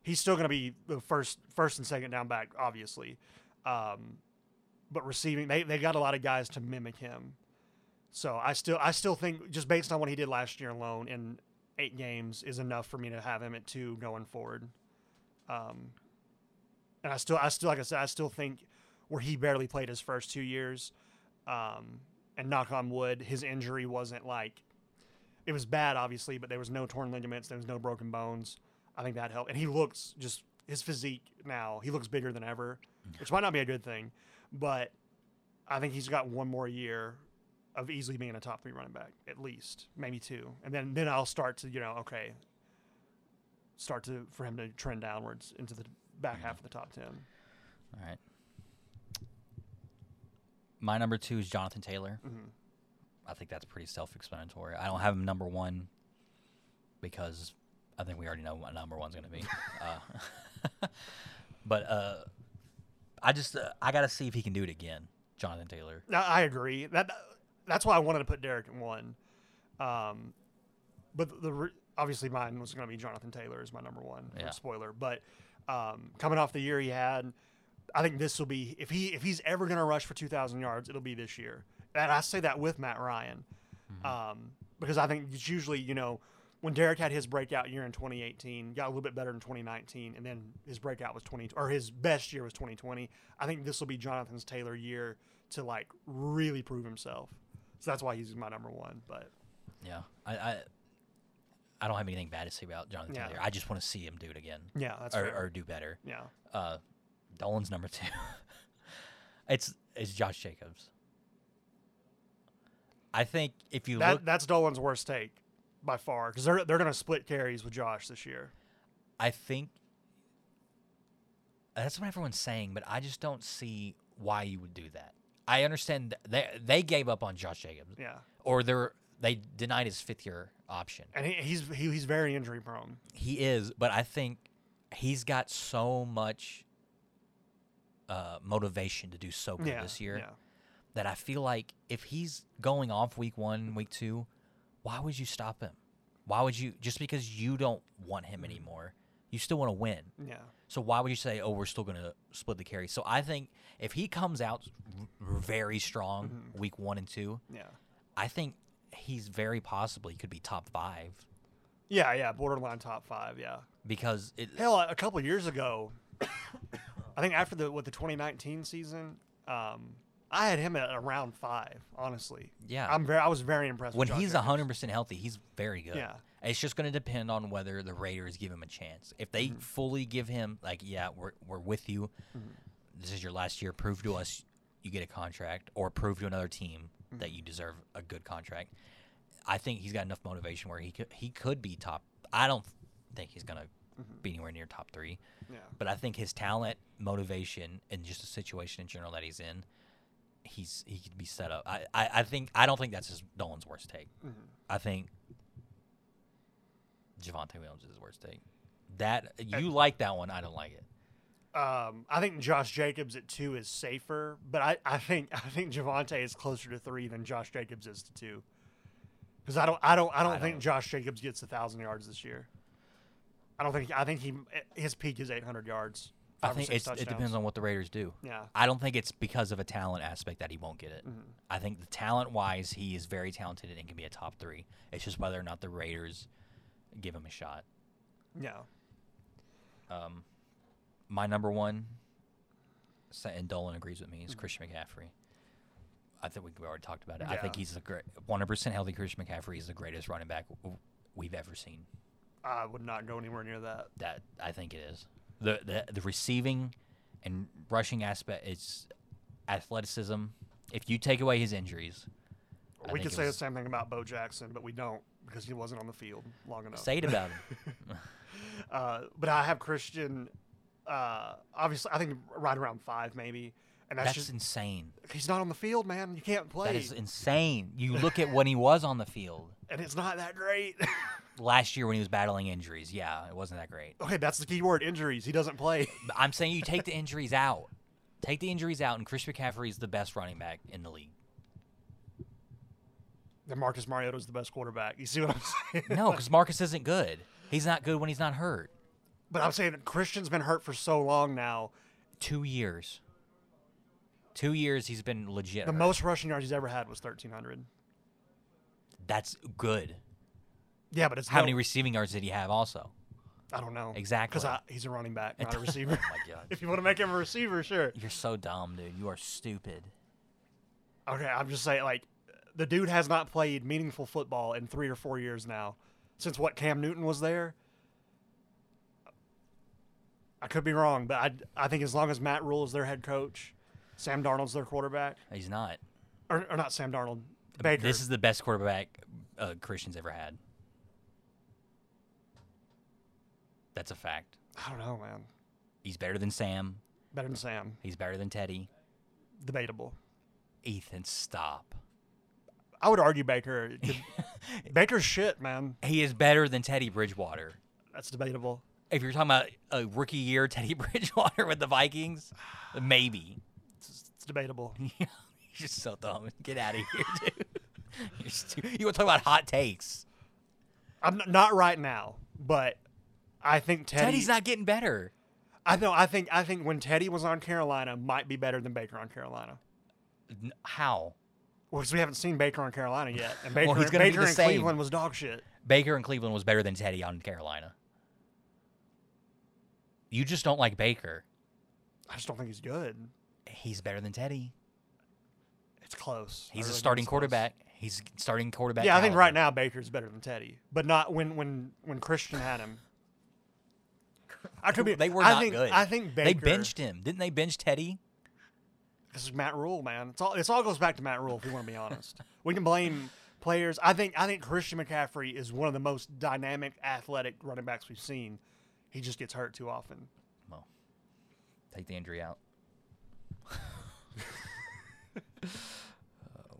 B: he's still going to be the first first and second down back, obviously, um, but receiving they they got a lot of guys to mimic him. So I still I still think just based on what he did last year alone in eight games is enough for me to have him at two going forward. Um, and I still I still like I said I still think where he barely played his first two years. Um, and knock on wood, his injury wasn't like it was bad, obviously, but there was no torn ligaments, there was no broken bones. I think that helped, and he looks just his physique now. He looks bigger than ever, which might not be a good thing, but I think he's got one more year of easily being a top three running back, at least, maybe two, and then then I'll start to you know okay, start to for him to trend downwards into the back half of the top ten.
A: All right. My number two is Jonathan Taylor.
B: Mhm.
A: I think that's pretty self-explanatory. I don't have him number one because I think we already know what number one's going to be. uh, but uh, I just uh, I got to see if he can do it again, Jonathan Taylor.
B: No, I agree. That that's why I wanted to put Derek in one. Um, but the re- obviously mine was going to be Jonathan Taylor as my number one. for
A: Yeah.
B: Spoiler, but um, coming off the year he had, I think this will be if he if he's ever going to rush for two thousand yards, it'll be this year. And I say that with Matt Ryan,
A: Mm-hmm.
B: um, because I think it's usually you know when Derek had his breakout year in 2018, got a little bit better in 2019, and then his breakout was 20 or his best year was 2020. I think this will be Jonathan's Taylor year to like really prove himself. So that's why he's my number one. But
A: Yeah, I I, I don't have anything bad to say about Jonathan
B: Yeah.
A: Taylor. I just want to see him do it again
B: yeah, that's
A: or,
B: fair.
A: or do better.
B: yeah.
A: Uh, Dolan's number two. it's it's Josh Jacobs. I think if you
B: That
A: look,
B: that's Dolan's worst take by far because they're they're gonna split carries with Josh this year.
A: I think that's what everyone's saying, but I just don't see why you would do that. I understand th- they they gave up on Josh Jacobs,
B: Yeah,
A: or they are they denied his fifth year option.
B: and he, he's he, he's very injury prone.
A: He is, but I think he's got so much uh, motivation to do so good
B: Yeah,
A: this year
B: Yeah,
A: that I feel like if he's going off week one, week two, why would you stop him? Why would you just because you don't want him anymore? You still want to win.
B: yeah.
A: So why would you say, "Oh, we're still going to split the carry"? So I think if he comes out r- very strong week one and two,
B: Yeah.
A: I think he's very possibly could be top five
B: Yeah, yeah, borderline top five. Yeah,
A: because it,
B: hell, a couple years ago, I think after the with the 2019 season, um, I had him at around five. Honestly,
A: Yeah.
B: I'm very I was very impressed
A: when
B: with Josh
A: he's
B: Jacobs.
A: hundred percent healthy, he's very good.
B: Yeah.
A: It's just going to depend on whether the Raiders give him a chance. If they fully give him, like, yeah, we're we're with you. This is your last year. Prove to us you get a contract, or prove to another team that you deserve a good contract. I think he's got enough motivation where he could he could be top. I don't think he's going to be anywhere near top three,
B: Yeah,
A: but I think his talent, motivation, and just the situation in general that he's in. He's he could be set up. I, I, I think I don't think that's his Dolan's worst take.
B: Mm-hmm.
A: I think Javante Williams is his worst take. That you like that one, I don't like it.
B: um, I think Josh Jacobs at two is safer, but I, I think I think Javante is closer to three than Josh Jacobs is to two. Because I don't I don't I don't
A: I
B: think
A: don't-
B: Josh Jacobs gets a thousand yards this year. I don't think I think he his peak is 800 yards.
A: I
B: five or
A: think
B: six
A: it's, it depends
B: touchdowns.
A: on what the Raiders do.
B: Yeah,
A: I don't think it's because of a talent aspect that he won't get
B: Mm-hmm.
A: it. I think the talent wise, he is very talented and can be a top three. It's just whether or not the Raiders give him a shot.
B: yeah.
A: Um, my number one, sa- and Dolan agrees with me,
B: Hmm.
A: is Christian McCaffrey. I think we we already talked about it. I think
B: Yeah.
A: he's the great, 100% healthy Christian McCaffrey is the greatest running back w- we've ever seen.
B: I would not go anywhere near that.
A: That I think it is. The the, the receiving and rushing aspect is athleticism. If you take away his injuries, I
B: we
A: think
B: could
A: it
B: say the
A: was-
B: same thing about Bo Jackson, but we don't because he wasn't on the field long enough.
A: Say it about him.
B: Uh, but I have Christian. Uh, obviously, I think right around five maybe, and that's,
A: That's
B: just
A: insane.
B: he's not on the field, man. You can't play,
A: That is insane. You look at when he was on the field
B: and it's not that great.
A: last year when he was battling injuries. Yeah, it wasn't that great.
B: okay, that's the key word: injuries. He doesn't play.
A: But I'm saying you take the injuries out. Take the injuries out, and Chris McCaffrey is the best running back in the league.
B: Then Marcus Mariota is the best quarterback. You see what I'm saying?
A: No, because Marcus isn't good. He's not good when he's not hurt.
B: But I'm saying Christian's been hurt for so long now.
A: Two years. Two years he's been legit.
B: The
A: hurt.
B: most rushing yards he's ever had was 1,300.
A: That's good.
B: Yeah, but it's
A: How
B: no-
A: many receiving yards did he have? Also,
B: I don't know
A: Exactly.
B: because he's a running back, not a receiver.
A: oh my god,
B: if you want to make him a receiver, sure.
A: you're so dumb, dude. You are stupid.
B: Okay, I'm just saying, like, the dude has not played meaningful football in three or four years now, since what Cam Newton was there. I could be wrong, but I I think as long as Matt Rule is their head coach, Sam Darnold's their quarterback,
A: He's not.
B: or, or not Sam Darnold, Baker.
A: This is the best quarterback uh, Christian's ever had. That's a fact.
B: I don't know, man.
A: He's better than Sam.
B: Better than Sam,
A: He's better than Teddy.
B: debatable.
A: Ethan, stop.
B: I would argue Baker. could- Baker's shit, man.
A: He is better than Teddy Bridgewater.
B: That's debatable.
A: If you're talking about a rookie year Teddy Bridgewater with the Vikings, maybe.
B: It's, it's debatable.
A: You're just so dumb. Get out of here, dude. You're stu- you want to talk about hot takes?
B: I'm n- not right now, but I think Teddy,
A: Teddy's not getting better.
B: I know. I think. I think when Teddy was on Carolina, might be better than Baker on Carolina.
A: N- How?
B: Well, because we haven't seen Baker on Carolina yet, and Baker,
A: Well, he's gonna be
B: Baker
A: the
B: in
A: same.
B: Cleveland was dog shit.
A: Baker in Cleveland was better than Teddy on Carolina. You just don't like Baker.
B: I just don't think he's good.
A: He's better than Teddy.
B: It's close. I
A: He's a
B: really think
A: starting
B: it's close.
A: quarterback. He's starting quarterback.
B: Yeah, I think
A: caliber.
B: right now Baker's better than Teddy, but not when when when Christian had him. I could be.
A: they were
B: I
A: not
B: think,
A: good.
B: I think Baker.
A: they benched him. Didn't they bench Teddy?
B: This is Matt Rule, man. It's all. It's all goes back to Matt Rule. If you want to be honest, we can blame players. I think. I think Christian McCaffrey is one of the most dynamic, athletic running backs we've seen. He just gets hurt too often.
A: Well, take the injury out. oh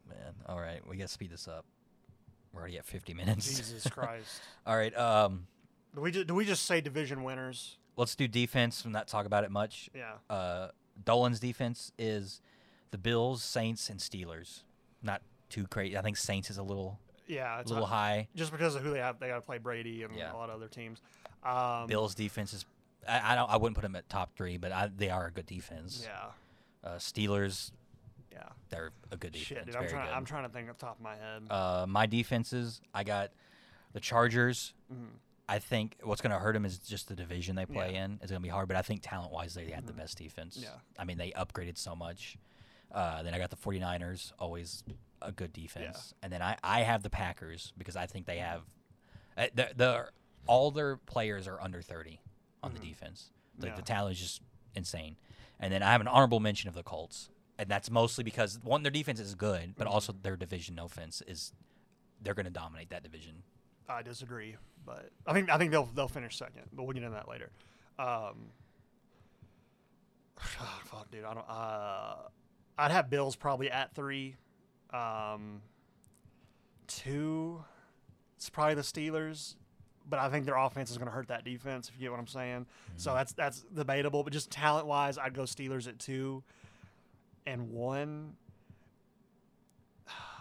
A: man! All right, we gotta speed this up. We're already at 50 minutes.
B: Jesus Christ.
A: All right, um,
B: Do we just, do we just say division winners?
A: let's do defense and not talk about it much.
B: Yeah.
A: Uh, Dolan's defense is the Bills, Saints, and Steelers. Not too crazy. I think Saints is a little,
B: Yeah. It's
A: little
B: not-
A: high.
B: Just because of who they have, they got to play Brady and
A: Yeah.
B: a lot of other teams. Um,
A: Bills defense is. I, I don't. I wouldn't put them at top three, but I, they are a good defense.
B: Yeah.
A: Uh, Steelers,
B: Yeah.
A: they're a good defense.
B: Shit, dude. I'm
A: very
B: trying.
A: good.
B: I'm trying to think off the top of my head.
A: uh, my defenses, I got the Chargers. I think what's going to hurt them is just the division they play
B: Mm-hmm. Yeah. Mm-hmm.
A: in. It's going to be hard, but I think talent wise, they have the best defense.
B: Yeah.
A: I mean, they upgraded so much. Uh, then I got the 49ers, always a good defense. And then I, I have the Packers because I think they have uh, the, the, all their players are under 30 on the defense. Like the
B: Yeah.
A: talent is just insane. And then I have an honorable mention of the Colts. And that's mostly because one, their defense is good, but also their division, no offense, is they're going to dominate that division.
B: I disagree, but I think I think they'll they'll finish second. But we'll get into that later. Um, fuck, dude. I don't. Uh, I'd have Bills probably at three. Um, two. It's probably the Steelers, but I think their offense is going to hurt that defense. If you get what I'm saying. So that's that's debatable. But just talent wise, I'd go Steelers at two, and one.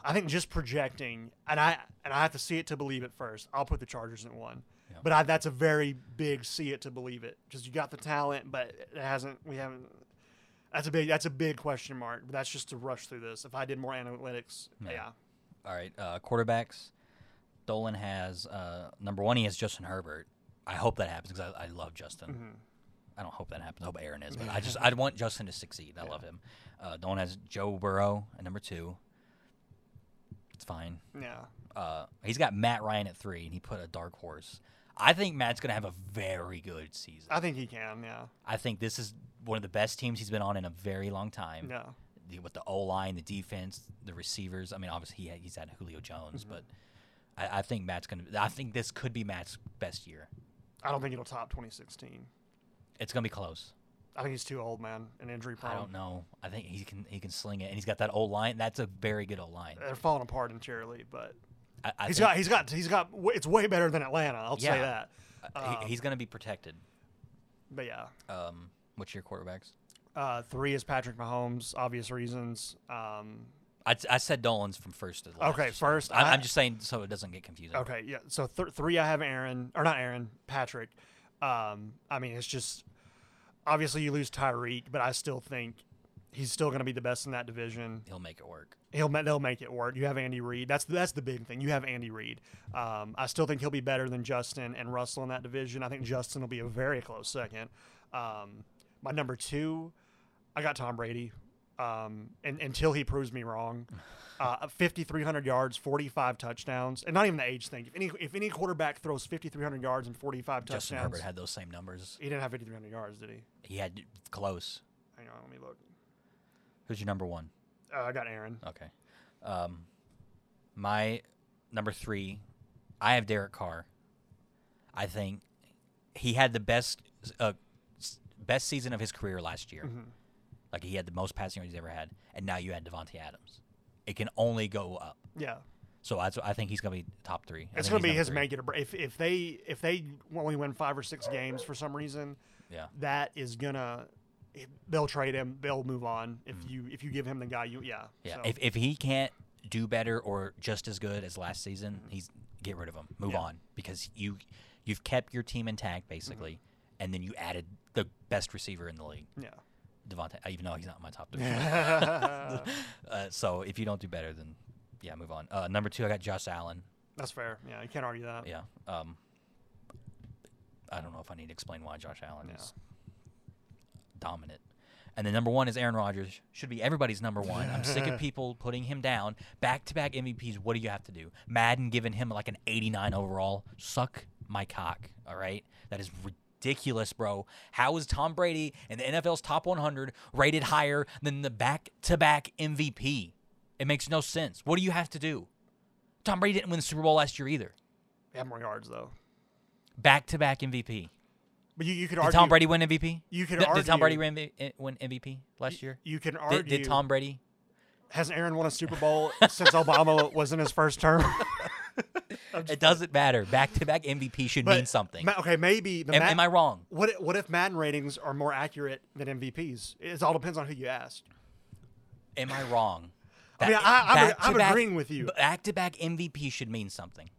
B: I think just projecting, and I and I have to see it to believe it first. I'll put the Chargers in one,
A: Yeah.
B: but I, that's a very big see it to believe it. Just you got the talent, but it hasn't. We haven't. That's a big. That's a big question mark. But that's just to rush through this. If I did more analytics,
A: Yeah.
B: yeah,
A: All right, uh, quarterbacks. Dolan has uh, number one. He has Justin Herbert. I hope that happens because I, I love Justin. I don't hope that happens. I hope Aaron is, but I just I'd want Justin to succeed. I love him. Uh, Dolan has Joe Burrow at number two. It's fine.
B: yeah.
A: Uh, he's got Matt Ryan at three, and he put a dark horse. I think Matt's gonna have a very good season.
B: I think he can. Yeah,
A: I think this is one of the best teams he's been on in a very long time
B: yeah. Mm-hmm.
A: the, with the O line, the defense, the receivers. I mean, obviously he had, he's had Julio Jones, but I, I think Matt's gonna. I think this could be Matt's best year.
B: I don't think it'll top 2016.
A: It's gonna be close.
B: I think he's too old, man, and injury prone.
A: I don't know. I think he can he can sling it, and he's got that old line. That's a very good old line.
B: They're falling apart interiorly, but
A: I, I
B: Uh, he's
A: think
B: got he's got he's got w- it's way better than Atlanta. I'll say
A: Yeah.
B: that.
A: uh,
B: um,
A: he, he's gonna be protected.
B: But yeah,
A: Um, what's your quarterbacks?
B: uh, three is Patrick Mahomes, obvious reasons. Um,
A: I, I said Dolan's from first to last.
B: Okay,
A: so
B: first,
A: I'm,
B: I-
A: I'm just saying so it doesn't get confusing.
B: Okay, yeah. So th- three, I have Aaron or not Aaron, Patrick. Um, I mean, it's just obviously you lose Tyreek, but I still think he's still going to be the best in that division.
A: He'll make it work.
B: He'll ma- they'll make it work. You have Andy Reid. That's that's the big thing. You have Andy Reid. Um, I still think he'll be better than Justin and Russell in that division. I think Justin will be a very close second. Um, my number two, I got Tom Brady. Um, and until he proves me wrong, uh, 5,300 yards, 45 touchdowns, and not even the age thing. If any if any quarterback throws 5,300 yards and 45
A: Justin
B: touchdowns,
A: Herbert had those same numbers.
B: he didn't have 5,300 yards, did he?
A: He had close.
B: Hang on, let me look.
A: Who's your number one?
B: Uh, I got Aaron.
A: Okay. Um, my number three, I have Derek Carr. I think he had the best uh, s- best season of his career last year.
B: Mm-hmm.
A: Like he had the most passing yards he's ever had, and now you had Devontae Adams. It can only go up.
B: Yeah.
A: So I, I think he's gonna be top three. I
B: It's
A: think
B: going to be
A: he's
B: his
A: number
B: make it or break. If, if they if they only win five or six games for some reason,
A: three. Yeah.
B: that is gonna they'll trade him. They'll move on. If you if you give him the guy, you yeah
A: Mm. Yeah.
B: so.
A: If, if he can't do better or just as good as last season, he's get rid of him. Move
B: Mm-hmm. Yeah.
A: on because you you've kept your team intact basically,
B: Mm-hmm.
A: and then you added the best receiver in the league, Devontae. Even though he's not in my top three.
B: yeah.
A: uh, so if you don't do better, then yeah, move on. Uh, number two, I got Josh Allen.
B: That's fair. Yeah, you can't argue that.
A: Yeah. Um, I don't know if I need to explain why Josh Allen
B: Yeah.
A: is dominant. And the number one is Aaron Rodgers. Should be everybody's number one. I'm sick of people putting him down. Back to back MVPs. What do you have to do? Madden giving him like an 89 overall. Suck my cock. All right. That is ridiculous, bro. How is Tom Brady and the NFL's top 100 rated higher than the back to back MVP? It makes no sense. What do you have to do? Tom Brady didn't win the Super Bowl last year either
B: They have more yards though.
A: back to back MVP.
B: But you, you could
A: Did
B: argue
A: Tom Brady win MVP?
B: You could
A: Did, did Tom Brady
B: argue-
A: win MV- win MVP last year?
B: You can argue.
A: Did, did Tom Brady?
B: has Aaron won a Super Bowl since Obama was in his first term?
A: It doesn't matter. Back to back MVP should mean
B: But
A: something.
B: Ma- okay, maybe the
A: am,
B: Ma-
A: am I wrong?
B: What if, what if Madden ratings are more accurate than MVPs? It all depends on who you ask.
A: Am I wrong?
B: I mean,
A: That-
B: I- I'm-
A: back to
B: I'm
A: back-
B: agreeing with you.
A: Back to back MVP should mean something,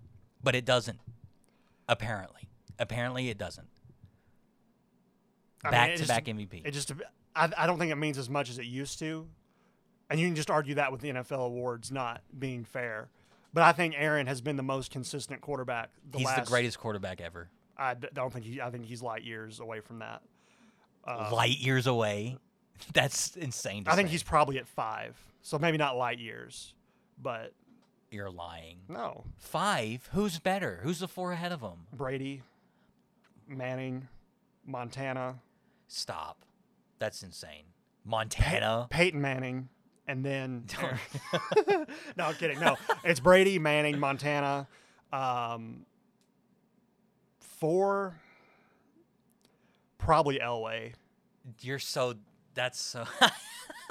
A: but it doesn't. Apparently, apparently it doesn't.
B: I mean,
A: Back
B: it
A: to
B: just-
A: back MVP.
B: It just, I, I don't think it means as much as it used to. And you can just argue that with the NFL awards not being fair. But I think Aaron has been the most consistent quarterback. The
A: He's
B: last,
A: the greatest quarterback ever.
B: I d- don't think he, I think he's light years away from that.
A: Light years away. That's insane. To
B: Uh, I think
A: say.
B: he's probably at five. So maybe not light years, but
A: You're lying.
B: no.
A: Five. Who's better? Who's the four ahead of him?
B: Brady, Manning, Montana,
A: Stop. That's insane. Montana.
B: Peyton Manning, and then Aaron. no, I'm kidding. No, it's Brady, Manning, Montana. Um, four, probably Elway.
A: You're so. That's so.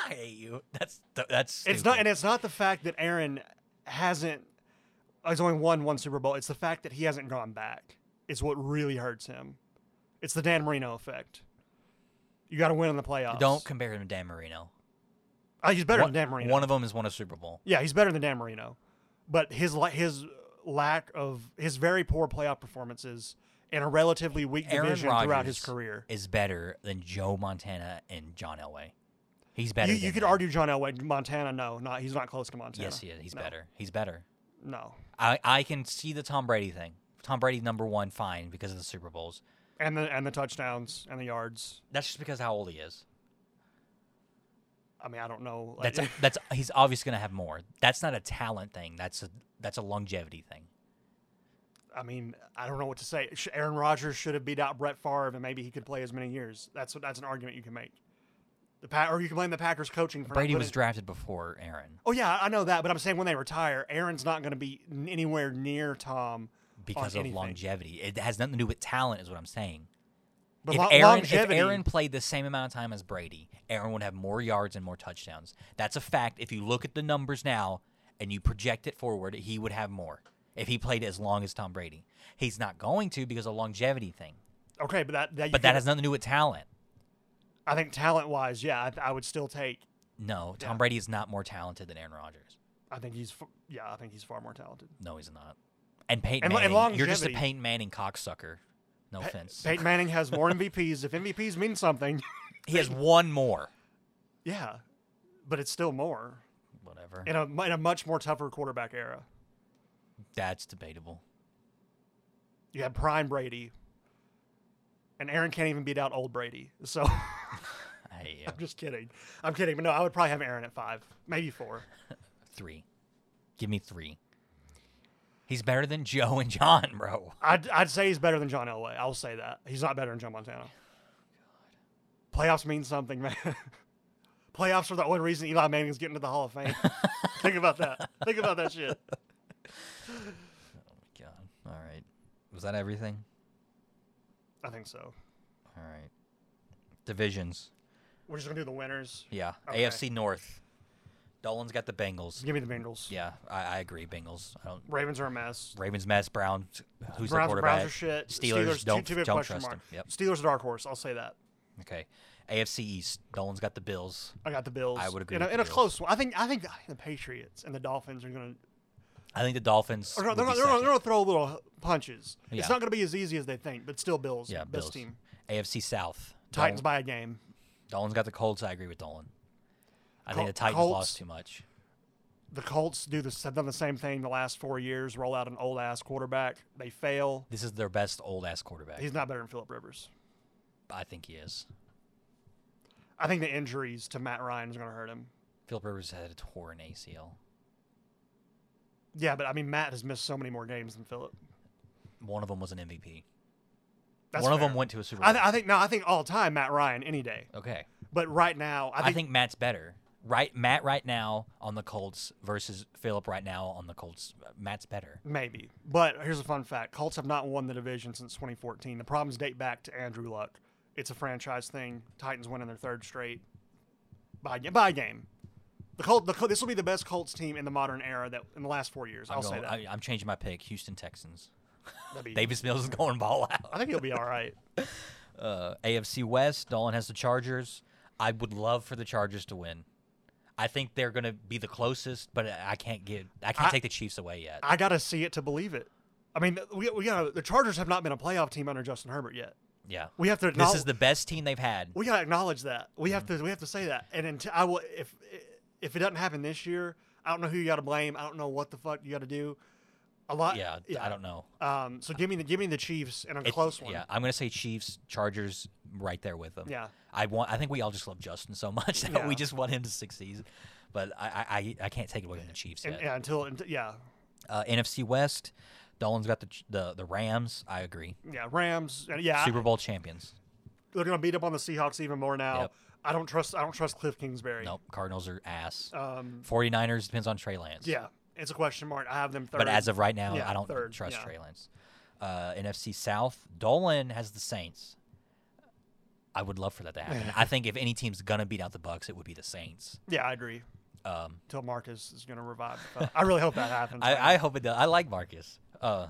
A: I hate you. That's th- that's. Stupid.
B: It's not, and it's not the fact that Aaron hasn't. He's only won one Super Bowl. It's the fact that he hasn't gone back. Is what really hurts him. It's the Dan Marino effect. You got to win in the playoffs.
A: Don't compare him to Dan Marino.
B: Oh, he's better
A: One,
B: than Dan Marino.
A: one of them has won a Super Bowl.
B: Yeah, he's better than Dan Marino, but his la- his lack of his very poor playoff performances in a relatively weak
A: Aaron
B: division throughout his
A: Rodgers
B: career.
A: Is better than Joe Montana and John Elway. He's better.
B: You,
A: than
B: you could
A: them.
B: argue John Elway, Montana. No, not he's not close to Montana.
A: Yes, he is. He's
B: No,
A: better. He's better.
B: No,
A: I I can see the Tom Brady thing. Tom Brady number one, fine, because of the Super Bowls.
B: and the and the touchdowns and the yards.
A: That's just because how old he is.
B: I mean, I don't know. Like,
A: That's that's he's obviously gonna have more. That's not a talent thing. That's a that's a longevity thing.
B: I mean, I don't know what to say. Sh- Aaron Rodgers should have beat out Brett Favre, and maybe he could play as many years. That's what that's an argument you can make. The pa- or you can blame the Packers coaching for not
A: Brady was
B: putting-
A: drafted before Aaron
B: Oh yeah, I know that, but I'm saying when they retire, Aaron's not going to be n- anywhere near Tom
A: because
B: on
A: of
B: anything.
A: longevity. It has nothing to do with talent, is what I'm saying.
B: But
A: if,
B: lo-
A: Aaron, if
B: longevity,
A: Aaron played the same amount of time as Brady, Aaron would have more yards and more touchdowns. That's a fact. If you look at the numbers now and you project it forward, he would have more if he played as long as Tom Brady. He's not going to because of longevity thing.
B: okay, but that, that you
A: But that
B: could-
A: has nothing to do with talent.
B: I think talent wise, yeah, I, I would still take.
A: No, Tom Brady is not more talented than Aaron Rodgers.
B: I think he's f- yeah, I think he's far more talented.
A: No, he's not. And Peyton
B: And lo-
A: Manning,
B: and
A: you're just a
B: longevity.
A: Peyton Manning cocksucker. No offense.
B: Peyton Manning has more MVPs. If MVPs mean something,
A: he has one more.
B: yeah, but it's still more
A: Whatever.
B: in a in a much more tougher quarterback era.
A: That's debatable.
B: You had prime Brady, and Aaron can't even beat out old Brady. So
A: I hate you.
B: I'm just kidding. I'm kidding. But no, I would probably have Aaron at five, maybe four.
A: Three. Give me three. He's better than Joe and John, bro.
B: I'd, I'd say he's better than John Elway. I'll say that. He's not better than John Montana. Playoffs mean something, man. Playoffs are the only reason Eli Manning is getting to the Hall of Fame. Think about that. Think about that shit.
A: God. All right. Was that everything?
B: I think so.
A: All right. Divisions.
B: We're just gonna do the winners.
A: Yeah.
B: Okay.
A: AFC North. Dolan's got the Bengals.
B: Give me the Bengals.
A: Yeah, I, I agree. Bengals. I don't.
B: Ravens are a mess.
A: Ravens mess. Brown. Who's the
B: Browns,
A: quarterback?
B: Browns are shit.
A: Steelers,
B: Steelers,
A: don't
B: two, two big
A: don't
B: question
A: trust
B: mark.
A: him. Yep.
B: Steelers are dark horse. I'll say that.
A: Okay. AFC East. Dolan's got the Bills.
B: I got the Bills.
A: I would agree
B: In a,
A: with
B: in a
A: the Bills.
B: close one, I think. I think I think the Patriots and the Dolphins are gonna.
A: I think the Dolphins.
B: Or Oh, no,
A: would
B: they're,
A: be
B: gonna, they're, gonna,
A: second.
B: they're gonna throw little punches.
A: Yeah.
B: It's not gonna be as easy as they think, but still, Bills.
A: yeah,
B: best
A: Bills.
B: team.
A: AFC South.
B: Titans
A: Dolan-
B: by a game.
A: Dolan's got the Colts. I agree with Dolan. I
B: Col-
A: think the Titans
B: Colts.
A: lost too much.
B: The Colts do this have done the same thing the last four years. Roll out an old ass quarterback. They fail.
A: This is their best old ass quarterback.
B: He's not better than Philip Rivers.
A: I think he is.
B: I think the injuries to Matt Ryan is gonna hurt him.
A: Philip Rivers had a torn ACL.
B: Yeah, but I mean Matt has missed so many more games than Philip.
A: One of them was an MVP.
B: That's
A: One of them
B: fair.
A: went to a Super Bowl.
B: I, th- I think no, I think all time Matt Ryan any day.
A: okay.
B: But right now, I
A: I
B: think,
A: think, Matt's better. Right, Matt right now on the Colts versus Philip right now on the Colts. Matt's better.
B: maybe. But here's a fun fact: Colts have not won the division since 2014. The problems date back to Andrew Luck. It's a franchise thing. Titans winning their third straight by ga- by game. The Colt, the Col- this will be the best Colts team in the modern era that in the last four years.
A: I'm
B: I'll
A: going,
B: say that.
A: I, am changing my pick. Houston Texans.
B: That'd be-
A: Davis Mills is going ball out.
B: I think he'll be all right.
A: Uh, AFC West. Dolan has the Chargers. I would love for the Chargers to win. I think they're going to be the closest, but I I can't get. I can't
B: I-
A: take the Chiefs away yet.
B: I gotta see it to believe it. I mean, we, we gotta, the Chargers have not been a playoff team under Justin Herbert yet.
A: yeah.
B: We have to
A: This
B: acknowledge
A: is the best team they've had.
B: we gotta acknowledge that. We have to we have to say that. And until I will if if it doesn't happen this year, I don't know who you gotta blame. I don't know what the fuck you gotta do. A lot.
A: Yeah, I don't know.
B: Um. So give me the give me the Chiefs and a
A: It-
B: close one.
A: Yeah, I'm gonna say Chiefs, Chargers, right there with them.
B: Yeah.
A: I want. I think we all just love Justin so much that we
B: Yeah.
A: just want him to succeed. But I, I, I- I can't take it away from the Chiefs
B: And,
A: yet.
B: yeah. Until unt- yeah
A: Uh, NFC West, Dolan's got the Ch- the the Rams. I agree.
B: yeah Rams and yeah
A: Super Bowl champions.
B: they're gonna beat up on the Seahawks even more now.
A: Yep.
B: I don't trust I don't trust Cliff Kingsbury.
A: Nope. Cardinals are ass.
B: Um.
A: 49ers depends on Trey Lance.
B: Yeah. It's a question mark. I have them third.
A: But as of right now,
B: Yeah,
A: I don't
B: third,
A: trust
B: yeah.
A: Trey Lance. Uh, NFC South, Dolan has the Saints. I would love for that to happen. I think if any team's gonna beat out the Bucks, it would be the Saints.
B: yeah, I agree.
A: Um,
B: Till Marcus is gonna revive. the- I really hope that happens.
A: I, I hope it does. I like Marcus. Uh,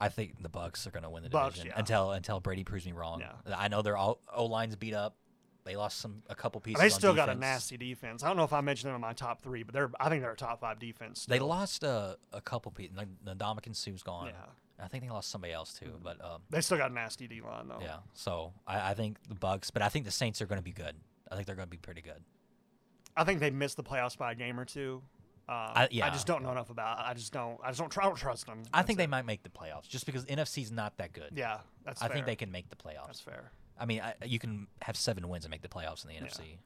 A: I think the Bucks are going to win the
B: Bucks,
A: division
B: yeah.
A: until until Brady proves me wrong.
B: Yeah.
A: I know their all O line's beat up. They lost some a couple pieces.
B: They
A: on
B: still got a
A: defense.
B: nasty defense. I don't know if I mentioned them in my top three, but they're I think they're a top five defense.
A: They
B: still.
A: lost uh, a couple pieces. Like Ndamukong Sue's gone.
B: Yeah.
A: I think they lost somebody else too. But um,
B: They still got a nasty D line though.
A: yeah. So I, I think the Bucks, but I think the Saints are going to be good. I think they're going to be pretty good.
B: I think they missed the playoffs by a game or two. Uh,
A: I-
B: I,
A: yeah.
B: just don't know enough about. I just don't. I just don't. Tr- I don't trust them.
A: I think they
B: That's
A: might make the playoffs just because NFC's not that good.
B: it. Yeah, that's.
A: I
B: fair.
A: think they can make the playoffs.
B: That's fair.
A: I mean, I, you can have seven wins and make the playoffs in the NFC.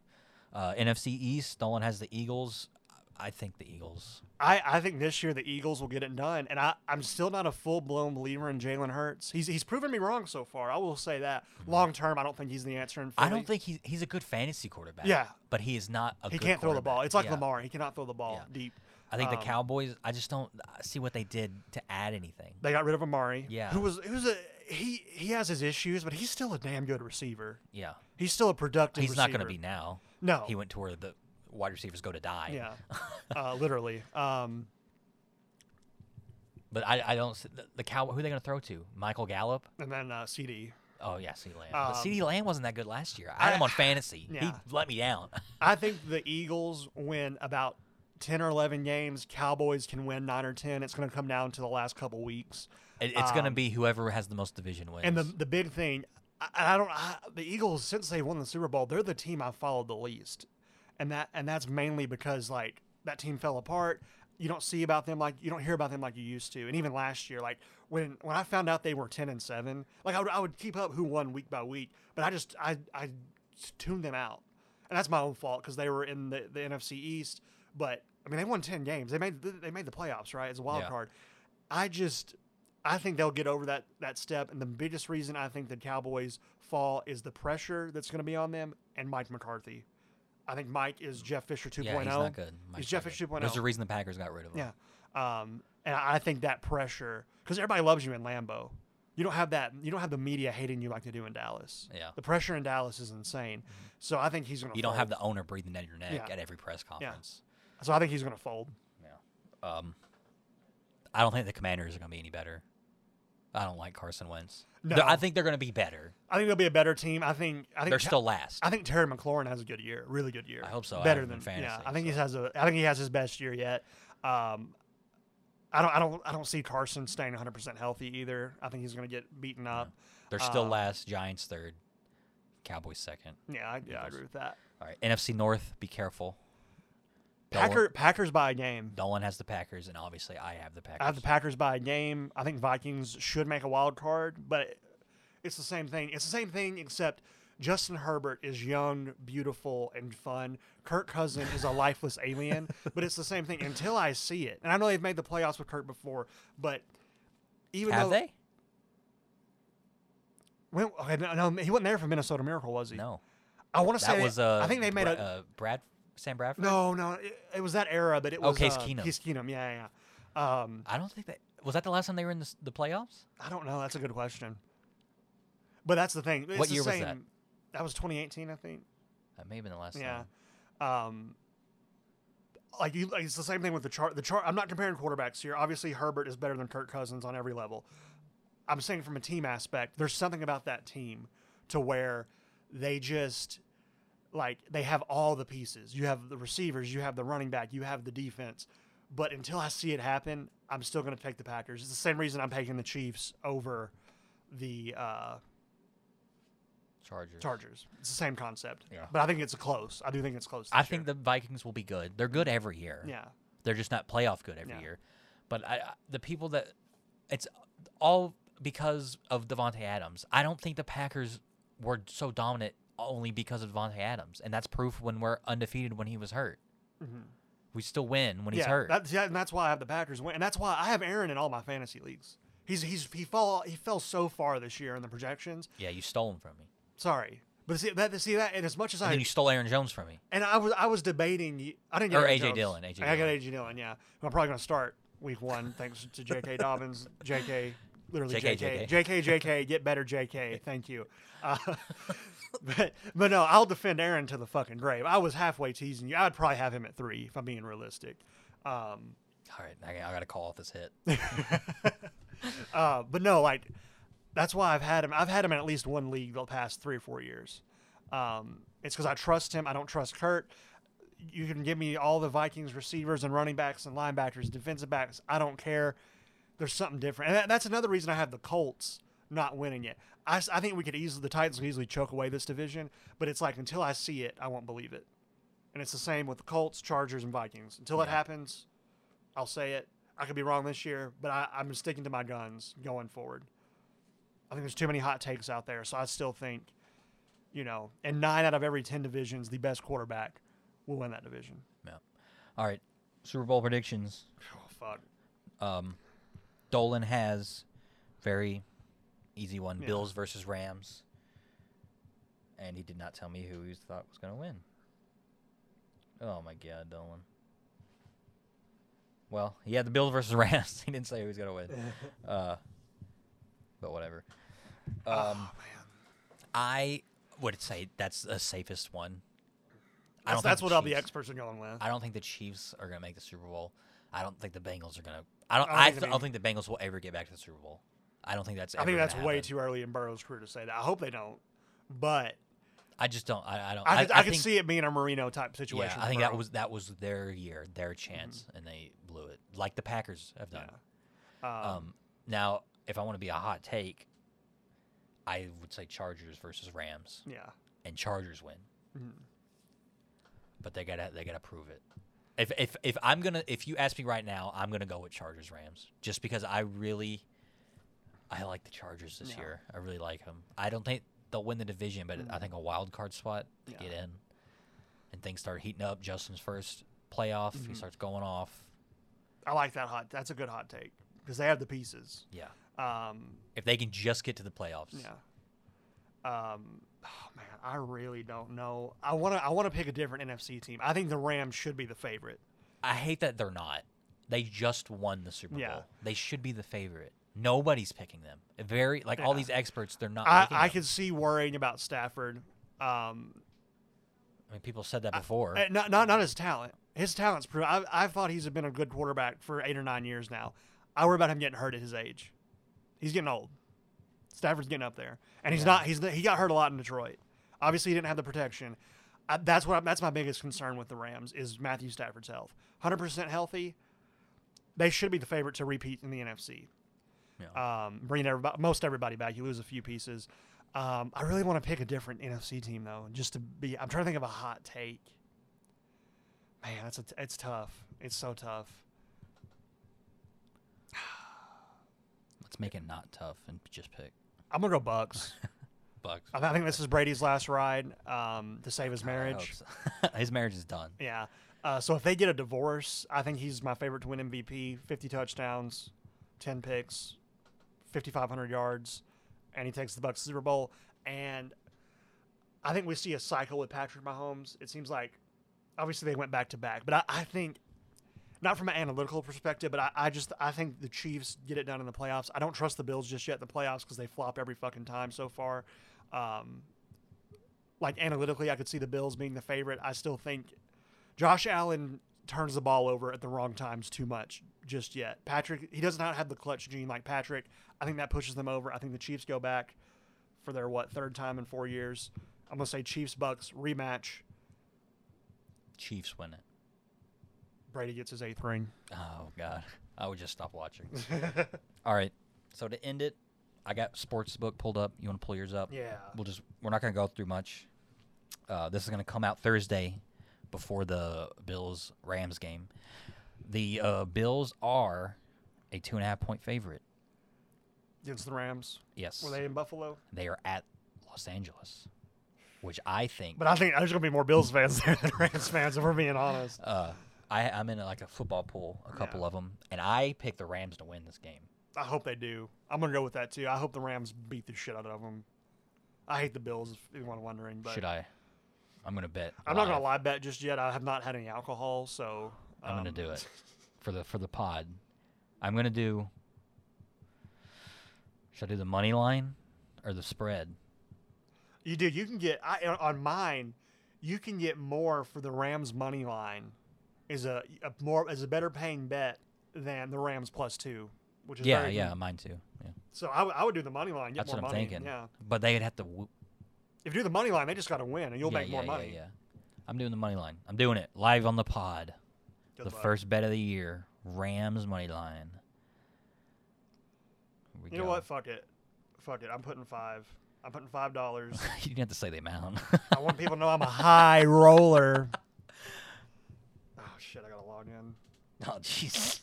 A: Uh, NFC East, Dolan has the Eagles. I think the Eagles.
B: I, I think this year the Eagles will get it done, and I, I'm still not a full blown believer in Jalen Hurts. He's he's proven me wrong so far. I will say that. Long term, I don't think he's the answer. In
A: Mm-hmm. I
B: Philly.
A: don't think he's he's a good fantasy quarterback.
B: Yeah.
A: but he is not a.
B: he
A: good
B: can't throw the ball.
A: quarterback.
B: It's like
A: Yeah.
B: Lamar. He cannot throw the ball
A: Yeah.
B: deep.
A: I think
B: Um,
A: the Cowboys. I just don't uh, see what they did to add anything.
B: They got rid of Amari.
A: Yeah.
B: who was who's a he he has his issues, but he's still a damn good receiver.
A: Yeah,
B: He's still a productive.
A: he's not going to be
B: receiver.
A: now.
B: No.
A: he went to where the wide receivers go to die.
B: Yeah, uh, literally. Um,
A: but I, I don't. see- The, the cow. Who are they going to throw to? Michael Gallup.
B: and then uh, CD.
A: Oh yeah, CeeDee Lamb.
B: Um,
A: but CeeDee Lamb wasn't that good last year. I had
B: I-
A: him on fantasy.
B: Yeah.
A: He let me down.
B: I think the Eagles win about ten or eleven games. Cowboys can win nine or ten. It's going to come down to the last couple weeks.
A: It, it's going to
B: Um,
A: be whoever has the most division wins.
B: And the the big thing, I, I don't. I, the Eagles since they won the Super Bowl, they're the team I followed the least, and that and that's mainly because like that team fell apart. You don't see about them like you don't hear about them like you used to. And even last year, like when when I found out they were ten and seven, like I would, I would keep up who won week by week, but I just I I tuned them out, and that's my own fault because they were in the, the NFC East. But I mean, they won ten games. They made they made the playoffs right as a wild
A: Yeah.
B: card. I just I think they'll get over that that step. And the biggest reason I think the Cowboys fall is the pressure that's going to be on them and Mike McCarthy. I think Mike is Jeff Fisher 2.0.
A: yeah, he's not good. Mike's
B: He's oh? Jeff
A: not good.
B: Fisher 2.0.
A: There's a reason the Packers got rid of him.
B: oh? Yeah. Um, and I I think that pressure, because everybody loves you in Lambeau. You don't have that. You don't have the media hating you like they do in Dallas.
A: Yeah. Mm-hmm.
B: The pressure in Dallas is insane. So I think he's going to.
A: You don't have the owner breathing down your neck
B: Yeah.
A: at every press conference.
B: So I think he's going to fold.
A: Yeah. Um, I don't think the Commanders are going to be any better. I don't like Carson Wentz. They're- I
B: No.
A: think they're going to be better.
B: I think they'll be a better team. I think. I think
A: They're
B: Ca-
A: still last.
B: I think Terry McLaurin has a good year, really good year.
A: I hope so. I
B: Better
A: have him
B: than
A: in
B: yeah.
A: fantasy,
B: I think he has a. I think he has his best year yet. Um, I don't. I don't. I don't see Carson staying 100 percent healthy either. I think he's going to get beaten up.
A: They're still
B: uh,
A: last. Giants third. Cowboys second.
B: Yeah, I, yeah, I agree with that.
A: All right. NFC North. Be careful. Dolan-
B: Packer, Packers by a game.
A: Dolan has the Packers, and obviously I have the Packers.
B: I have the Packers by a game. I think Vikings should make a wild card, but it's the same thing. It's the same thing except Justin Herbert is young, beautiful, and fun. Kirk Cousin is a lifeless alien, but it's the same thing until I see it. And I know they've made the playoffs with Kirk before, but even
A: Have
B: though
A: they?
B: When, okay, no, no, he wasn't there for Minnesota Miracle, was he?
A: No.
B: I want to say
A: That was. Uh,
B: I think they made
A: Bra-
B: a
A: uh, Brad Sam Bradford.
B: no, no. It, it was that era, but it
A: Oh,
B: was
A: Case
B: uh,
A: Keenum.
B: Case Keenum, yeah, yeah. yeah. Um,
A: I don't think that was that the last time they were in the, s- the playoffs.
B: I don't know. That's a good question. But that's the thing. It's
A: What
B: the
A: year was
B: same-
A: that?
B: That was 2018, I think.
A: That may have been the last
B: Yeah.
A: time.
B: Um, like you, like, it's the same thing with the chart. The chart. I'm not comparing quarterbacks here. Obviously, Herbert is better than Kirk Cousins on every level. I'm saying from a team aspect, there's something about that team to where they just like they have all the pieces. You have the receivers, you have the running back, you have the defense. But until I see it happen, I'm still going to take the Packers. It's the same reason I'm taking the Chiefs over the uh,
A: Chargers.
B: Chargers. It's the same concept.
A: Yeah.
B: But I think it's close. I do think it's close.
A: I
B: this year.
A: think the Vikings will be good. They're good every year.
B: Yeah.
A: They're just not playoff good every
B: Yeah.
A: year. But I, I- the people that it's all because of Devonte Adams. I don't think the Packers were so dominant only because of Devonte Adams, and that's proof when we're undefeated when he was hurt. We still win when he's
B: Mm-hmm. yeah,
A: hurt.
B: That's, yeah, and that's why I have the Packers win, and that's why I have Aaron in all my fantasy leagues. He's he's he fall he fell so far this year in the projections.
A: yeah, you stole him from me.
B: Sorry, but see that see that, and as much as
A: And
B: I
A: then you stole Aaron Jones from me.
B: and I was I was debating I didn't get
A: Or
B: Aaron
A: A.J.
B: Jones.
A: Dillon, A.J.
B: I got
A: Dillon.
B: AJ Dillon. Yeah, I'm probably gonna start week one thanks to J.K. Dobbins, J.K. Literally
A: JK,
B: J.K.
A: JK.
B: J.K. J.K. Get better J.K. Thank you. Uh, but but no, I'll defend Aaron to the fucking grave. I was halfway teasing you. I'd probably have him at three if I'm being realistic. Um,
A: All right, I, I got to call off this hit.
B: Uh, but no, like that's why I've had him. I've had him in at least one league the past three or four years. Um, it's because I trust him. I don't trust Kurt. You can give me all the Vikings receivers and running backs and linebackers, defensive backs. I don't care. There's something different, and that, that's another reason I have the Colts not winning yet. I, s- I think we could easily the Titans could easily choke away this division, but it's like until I see it, I won't believe it. And it's the same with the Colts, Chargers, and Vikings. Until it happens, I'll say it. I could be wrong this year, but I, I'm sticking to my guns going forward. I think there's too many hot takes out there, so I still think, you know, and nine out of every ten divisions, the best quarterback will win that division.
A: Yeah. All right. Super Bowl predictions.
B: Oh fuck.
A: Um, Dolan has very easy one.
B: Yeah.
A: Bills versus Rams. And he did not tell me who he thought was going to win. Oh my god, Dolan. Well, he had the Bills versus Rams. he didn't say who was going to win. Uh, but whatever.
B: oh
A: Um,
B: man.
A: I would say that's the safest one. I don't
B: That's,
A: think
B: that's
A: the
B: what all the
A: Chiefs-
B: experts are going with.
A: I don't think the Chiefs are going to make the Super Bowl. I don't think the Bengals are going to. I don't.
B: I don't
A: I,
B: think
A: th-
B: they
A: I don't
B: may.
A: think the Bengals will ever get back to the Super Bowl. I don't think that's.
B: I
A: ever
B: think
A: gonna
B: that's way
A: happen.
B: too early in Burrow's career to say that. I hope they don't. But
A: I just don't. I, I don't.
B: I, could, I, could
A: think-
B: see it being a Marino type situation. Mm-hmm.
A: Yeah,
B: for
A: I think that
B: Burrow.
A: was that was their year, their chance, and they blew it, like the Packers have done.
B: Um,
A: Um, now, if I want to be a hot take, I would say Chargers versus Rams,
B: yeah.
A: and Chargers win.
B: Mhm.
A: But they gotta they gotta prove it. If if if I'm gonna if you ask me right now, I'm gonna go with Chargers Rams, just because I really, I like the Chargers this
B: Yeah. Mm-hmm.
A: year. I really like them. I don't think they'll win the division, but I think a wild card spot to
B: Yeah.
A: get in, and things start heating up. Justin's first playoff,
B: Mm-hmm.
A: he starts going off.
B: I like that hot. That's a good hot take because they have the pieces.
A: Yeah,
B: Um,
A: if they can just get to the playoffs,
B: yeah. Um, oh man, I really don't know. I want to. I want to pick a different NFC team. I think the Rams should be the favorite.
A: I hate that they're not. They just won the Super
B: Yeah.
A: Bowl. They should be the favorite. Nobody's picking them. Very like all
B: Yeah.
A: these experts, they're not.
B: I,
A: picking
B: I
A: them.
B: could see worrying about Stafford. Um,
A: I mean, people said that before.
B: Uh, Not, not, not his talent. His talent's proven. I, I thought he's been a good quarterback for eight or nine years now. I worry about him getting hurt at his age. He's getting old. Stafford's getting up there, and he's
A: Yeah.
B: not. He's not- he got hurt a lot in Detroit. Obviously, he didn't have the protection. I, that's what. I, that's my biggest concern with the Rams is Matthew Stafford's health. Hundred percent healthy. They should be the favorite to repeat in the NFC.
A: Yeah.
B: Um, bringing everybody, most everybody back. You lose a few pieces. Um, I really want to pick a different NFC team though, just to be. I'm trying to think of a hot take. Man, that's a t- it's tough. It's so tough.
A: Let's make it not tough and just pick
B: I'm gonna go Bucks.
A: Bucks.
B: I I think this is Brady's last ride um, to save his
A: God, I hope
B: marriage.
A: so. His marriage is done.
B: Yeah. Uh, so if they get a divorce, I think he's my favorite to win MVP. 50 touchdowns, 10 picks, 5,500 yards, and he takes the Bucks to the Super Bowl. And I think we see a cycle with Patrick Mahomes. It seems like obviously they went back to back, but I, I think not from an analytical perspective, but I, I just I think the Chiefs get it done in the playoffs. I don't trust the Bills just yet in the playoffs because they flop every fucking time so far. Um, like analytically, I could see the Bills being the favorite. I still think Josh Allen turns the ball over at the wrong times too much just yet. Patrick, he does not have the clutch gene like Patrick. I think that pushes them over. I think the Chiefs go back for their what third time in four years. I'm gonna say Chiefs Bucks rematch.
A: Chiefs win it.
B: Brady gets his eighth ring.
A: Oh God, I would just stop watching. All right, so to end it, I got sports book pulled up. You want to pull yours up?
B: Yeah.
A: We'll just we're not gonna go through much. Uh, this is gonna come out Thursday before the Bills Rams game. The uh, Bills are a two and a half point favorite.
B: Against the Rams.
A: Yes,
B: Were they in Buffalo?
A: they are at Los Angeles, which I think
B: But I think there's gonna be more Bills fans there than Rams fans, if we're being honest.
A: Uh, I, I'm in like a football pool, a couple
B: Yeah.
A: of them, and I picked the Rams to win this game.
B: I hope they do. I'm gonna go with that too. I hope the Rams beat the shit out of them. I hate the Bills, if anyone wondering. But
A: Should I? I'm gonna bet.
B: I'm not gonna
A: live.
B: lie bet just yet. I have not had any alcohol, so
A: I'm gonna
B: um,
A: do it for the for the pod. I'm gonna do. Should I do the money line or the spread?
B: You do. You can get I, on- on mine. You can get more for the Rams money line. Is a, a more is a better paying bet than the Rams plus two, which is
A: Yeah,
B: very-
A: yeah, mine too. Yeah.
B: So I, w- I would do the money line. Get
A: That's
B: more
A: what I'm
B: money.
A: thinking.
B: Yeah.
A: But they'd have to. W-
B: If you do the money line, they just got to win, and you'll
A: yeah,
B: make more
A: yeah,
B: money.
A: Yeah, yeah. I'm doing the money line. I'm doing it live on the pod.
B: Good
A: the
B: luck.
A: first bet of the year, Rams money line. Here we
B: You know
A: go.
B: what? Fuck it. Fuck it. I'm putting five. I'm putting five dollars.
A: you didn't have to say the amount.
B: I want people to know I'm a high roller. Oh shit! I gotta log in.
A: Oh jeez.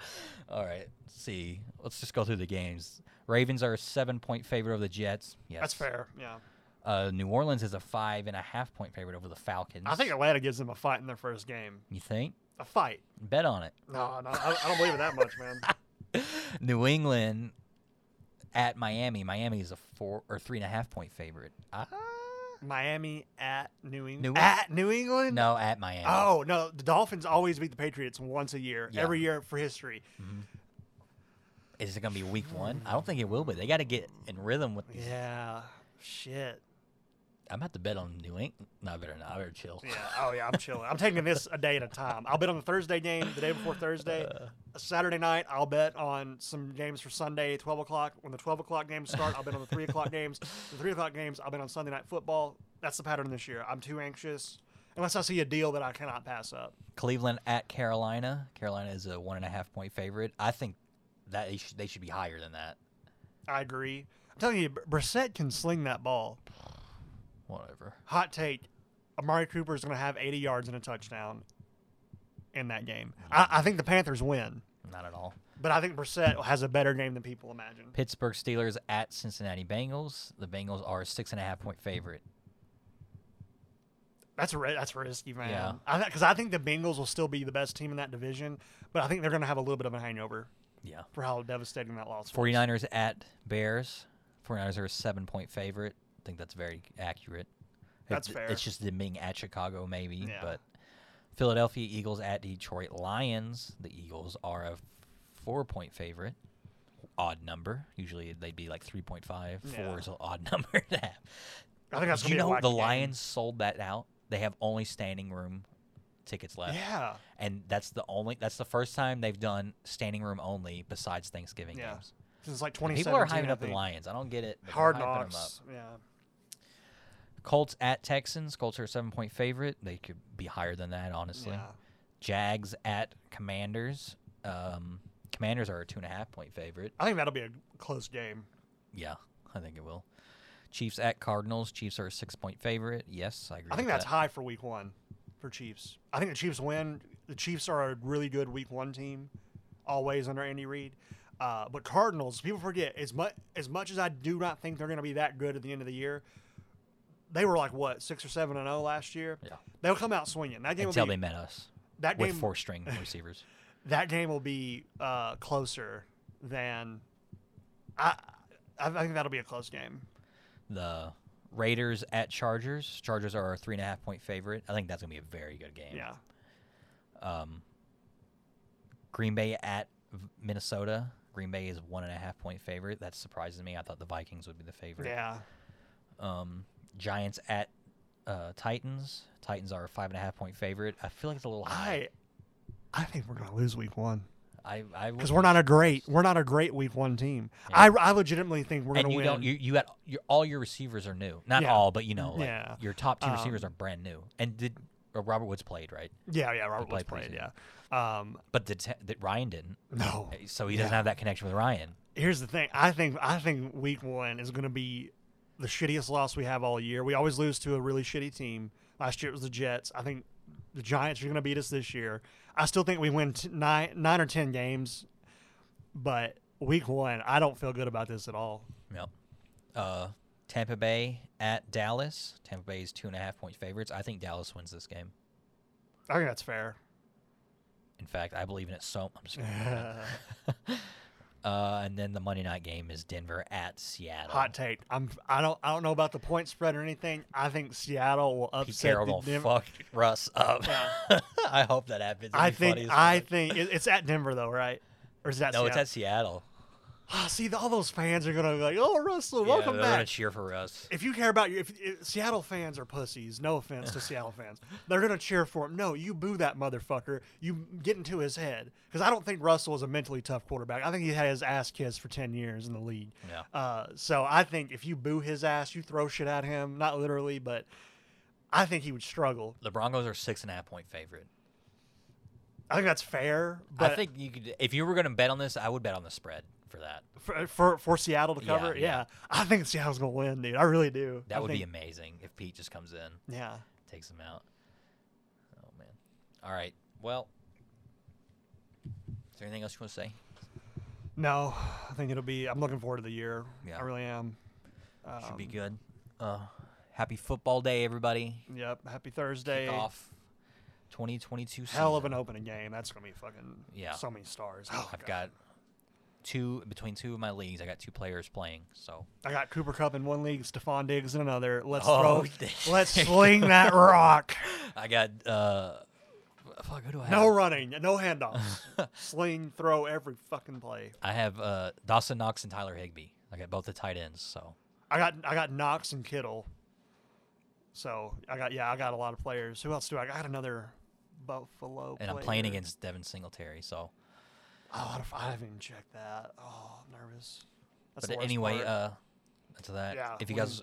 A: All right. Let's see. Let's just go through the games. Ravens are a seven point favorite of the Jets. Yes.
B: That's fair. Yeah.
A: Uh, New Orleans is a five and a half point favorite over the Falcons.
B: I think Atlanta gives them a fight in their first game.
A: You think?
B: A fight?
A: Bet on it.
B: No, no, I, I don't believe it that much, man.
A: New England at Miami. Miami is a four or three and a half point favorite. Ah,
B: Miami at New England.
A: New-
B: at New England?
A: no, at Miami.
B: Oh no, the Dolphins always beat the Patriots once a year,
A: Yeah.
B: every year for history.
A: Is it going to be week one? I don't think it will be. They got to get in rhythm with these.
B: Yeah. Shit.
A: I'm about to bet on New England. No, I better not. I better chill.
B: Yeah. Oh yeah, I'm chilling. I'm taking this a day at a time. I'll bet on the Thursday game, the day before Thursday. Saturday night, I'll bet on some games for Sunday, twelve o'clock. When the twelve o'clock games start, I'll bet on the three o'clock games. The three o'clock games, I'll bet on Sunday night football. That's the pattern this year. I'm too anxious unless I see a deal that I cannot pass up.
A: Cleveland at Carolina. Carolina is a one and a half point favorite. I think that they should, they should be higher than that.
B: I agree. I'm telling you, Br- Brissett can sling that ball.
A: Whatever.
B: Hot take: Amari Cooper is going to have 80 yards and a touchdown in that game. I, I think the Panthers win,
A: Not at all.
B: but I think Brissett has a better game than people imagine.
A: Pittsburgh Steelers at Cincinnati Bengals. The Bengals are a six and a half point favorite.
B: That's ri- that's risky, man.
A: Yeah.
B: Yeah. Because I think the Bengals will still be the best team in that division, but I think they're going to have a little bit of a hangover
A: Yeah.
B: for how devastating that loss. was.
A: 49ers at Bears. 49ers are a seven point favorite. I think that's very accurate. It-
B: That's fair.
A: It's just them being at Chicago, maybe.
B: Yeah.
A: But Philadelphia Eagles at Detroit Lions. The Eagles are a four point favorite. Odd number. Usually they'd be like 3.5.
B: Yeah.
A: Four is an odd number to have.
B: I think that's
A: Did you
B: gonna be a
A: know
B: wacky
A: the
B: game.
A: Lions sold that out? They have only standing room tickets left.
B: Yeah,
A: And that's the only that's the first time they've done standing room only besides Thanksgiving
B: Yeah.
A: games.
B: since like 2017.
A: People are hyping
B: I
A: up the
B: think.
A: Lions. I don't get it. but they're
B: Hard
A: hyping 'em up.
B: knocks. Yeah.
A: Colts at Texans. Colts are a seven point favorite. They could be higher than that, honestly.
B: Yeah.
A: Jags at Commanders. Um, Commanders are a two and a half point favorite.
B: I think that'll be a close game.
A: Yeah, I think it will. Chiefs at Cardinals. Chiefs are a six point favorite. Yes, I agree.
B: I think
A: with
B: that's
A: that.
B: high for week one for Chiefs. I think the Chiefs win. The Chiefs are a really good week one team, always under Andy Reid. Uh, but Cardinals, people forget as much as much as I do not think they're going to be that good at the end of the year. They were like what six or seven and zero last year.
A: Yeah.
B: they'll come out swinging. That game
A: until
B: will
A: they
B: be
A: met us
B: that
A: with
B: game.
A: four string receivers.
B: That game will be uh, closer than I. I I think that'll be a close game.
A: The Raiders at Chargers. Chargers are a three and a half point favorite. I think that's gonna be a very good game.
B: Yeah,
A: Um, Green Bay at V- Minnesota. Green Bay is one and a half point favorite. That surprises me. I thought the Vikings would be the favorite.
B: yeah.
A: Um, Giants at uh, Titans. Titans are a five and a half point favorite. I feel like it's a little high.
B: I I think we're going to lose week one.
A: I I
B: because
A: would-
B: we're not a great we're not a great week one team. I, I legitimately think we're
A: and
B: gonna
A: you
B: win.
A: don't you you had your, all your receivers are new. Not
B: Yeah.
A: all, but you know, like
B: Yeah.
A: your top two
B: Um,
A: receivers are brand new. And did uh, Robert Woods played right?
B: yeah, yeah, Robert
A: play
B: Woods played.
A: preseason.
B: Yeah, um,
A: But the te- that Ryan didn't,
B: no.
A: Uh, so he doesn't
B: Yeah.
A: have that connection with Ryan.
B: Here's the thing. I think I think week one is gonna be the shittiest loss we have all year. We always lose to a really shitty team. Last year it was the Jets. I think the Giants are gonna beat us this year. I still think we win t- nine nine or ten games, but week one I don't feel good about this at all.
A: Yep. Uh, Tampa Bay at Dallas. Tampa Bay is two and a half point favorites. I think Dallas wins this game.
B: I think that's fair.
A: In fact, I believe in it so. I'm just kidding. uh, and then the Monday night game is Denver at Seattle.
B: Hot take. I'm. I don't. I don't know about the point spread or anything. I think Seattle will
A: Pete
B: upset.
A: Carroll
B: the
A: gonna
B: Denver-
A: fuck Russ up.
B: Yeah.
A: I hope that happens. It'd
B: I
A: be
B: think.
A: funny as
B: I
A: fuck.
B: think it, it's at Denver though, right? Or is that?
A: no,
B: Seattle?
A: it's at Seattle.
B: Ah, see, the, all those fans are gonna be like, "Oh, Russell, welcome
A: yeah, they're gonna
B: back."
A: cheer for Russ.
B: If you care about your, if, if Seattle fans are pussies, no offense to Seattle fans, they're gonna cheer for him. No, you boo that motherfucker. You get into his head because I don't think Russell is a mentally tough quarterback. I think he had his ass kissed for ten years in the league.
A: Yeah.
B: Uh, so I think if you boo his ass, you throw shit at him. Not literally, but I think he would struggle.
A: The Broncos are six and a half point favorite.
B: I think that's fair. But
A: I think you could, if you were gonna bet on this, I would bet on the spread for that.
B: for, for for Seattle to
A: Yeah,
B: cover, yeah,
A: yeah.
B: I think Seattle's gonna win, dude. I really do.
A: That
B: I
A: would be
B: think,
A: amazing if Pete just comes in.
B: yeah.
A: takes them out. Oh man. All right. Well, is there anything else you want to say?
B: No, I think it'll be. I'm looking forward to the year.
A: Yeah.
B: I really am.
A: Should be
B: Um,
A: good. Uh, happy football day, everybody.
B: Yep. Happy Thursday.
A: Kick off. 2022 season.
B: Hell of an opening game. That's gonna be fucking
A: Yeah.
B: so many stars. Oh,
A: I've
B: God.
A: got two between two of my leagues. I got two players playing. So
B: I got Cooper Cup in one league, Stephon Diggs in another. Let's
A: Oh, there
B: throw, let's
A: you
B: sling that rock.
A: I got uh, fuck. Who do I have?
B: No running, no handoffs. sling, throw every fucking play.
A: I have uh, Dawson Knox and Tyler Higby. I got both the tight ends. So
B: I got I got Knox and Kittle. So I got yeah, I got a lot of players. Who else do I got? I got another Buffalo.
A: and I'm playing
B: player.
A: against Devin Singletary. So
B: Oh, what if I haven't even checked that. Oh, I'm nervous. That's the
A: but
B: worst
A: anyway,
B: part.
A: uh, to that.
B: Yeah,
A: if you
B: when-
A: guys,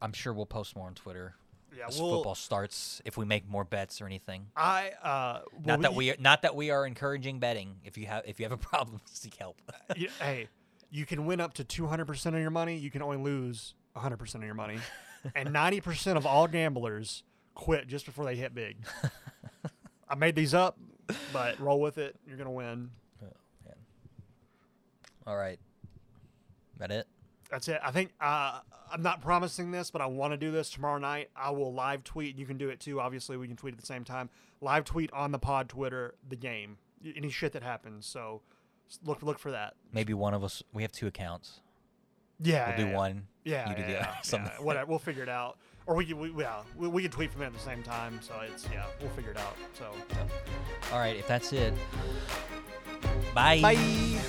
A: I'm sure we'll post more on Twitter
B: yeah,
A: as
B: we'll-
A: football starts. If we make more bets or anything.
B: I uh, well,
A: Not that we are, not that we are encouraging betting. If you have if you have a problem, seek help.
B: you, hey, you can win up to 200% of your money. You can only lose 100% of your money. and 90% of all gamblers quit just before they hit big. I made these up, but roll with it. You're going to win.
A: All right, that it.
B: That's it. I think uh, I'm not promising this, but I want to do this tomorrow night. I will live tweet. You can do it too. Obviously, we can tweet at the same time. Live tweet on the pod Twitter the game. y- Any shit that happens. So s- look look for that.
A: Maybe one of us. We have two accounts.
B: Yeah.
A: We'll do
B: yeah, yeah.
A: one.
B: Yeah,
A: You do
B: yeah,
A: the
B: yeah,
A: other. Something.
B: yeah. Whatever, we'll figure it out. Or we could, we, yeah, we, we could tweet from it at the same time. So it's, yeah, we'll figure it out. So,
A: All right, if that's it. Bye.
B: bye.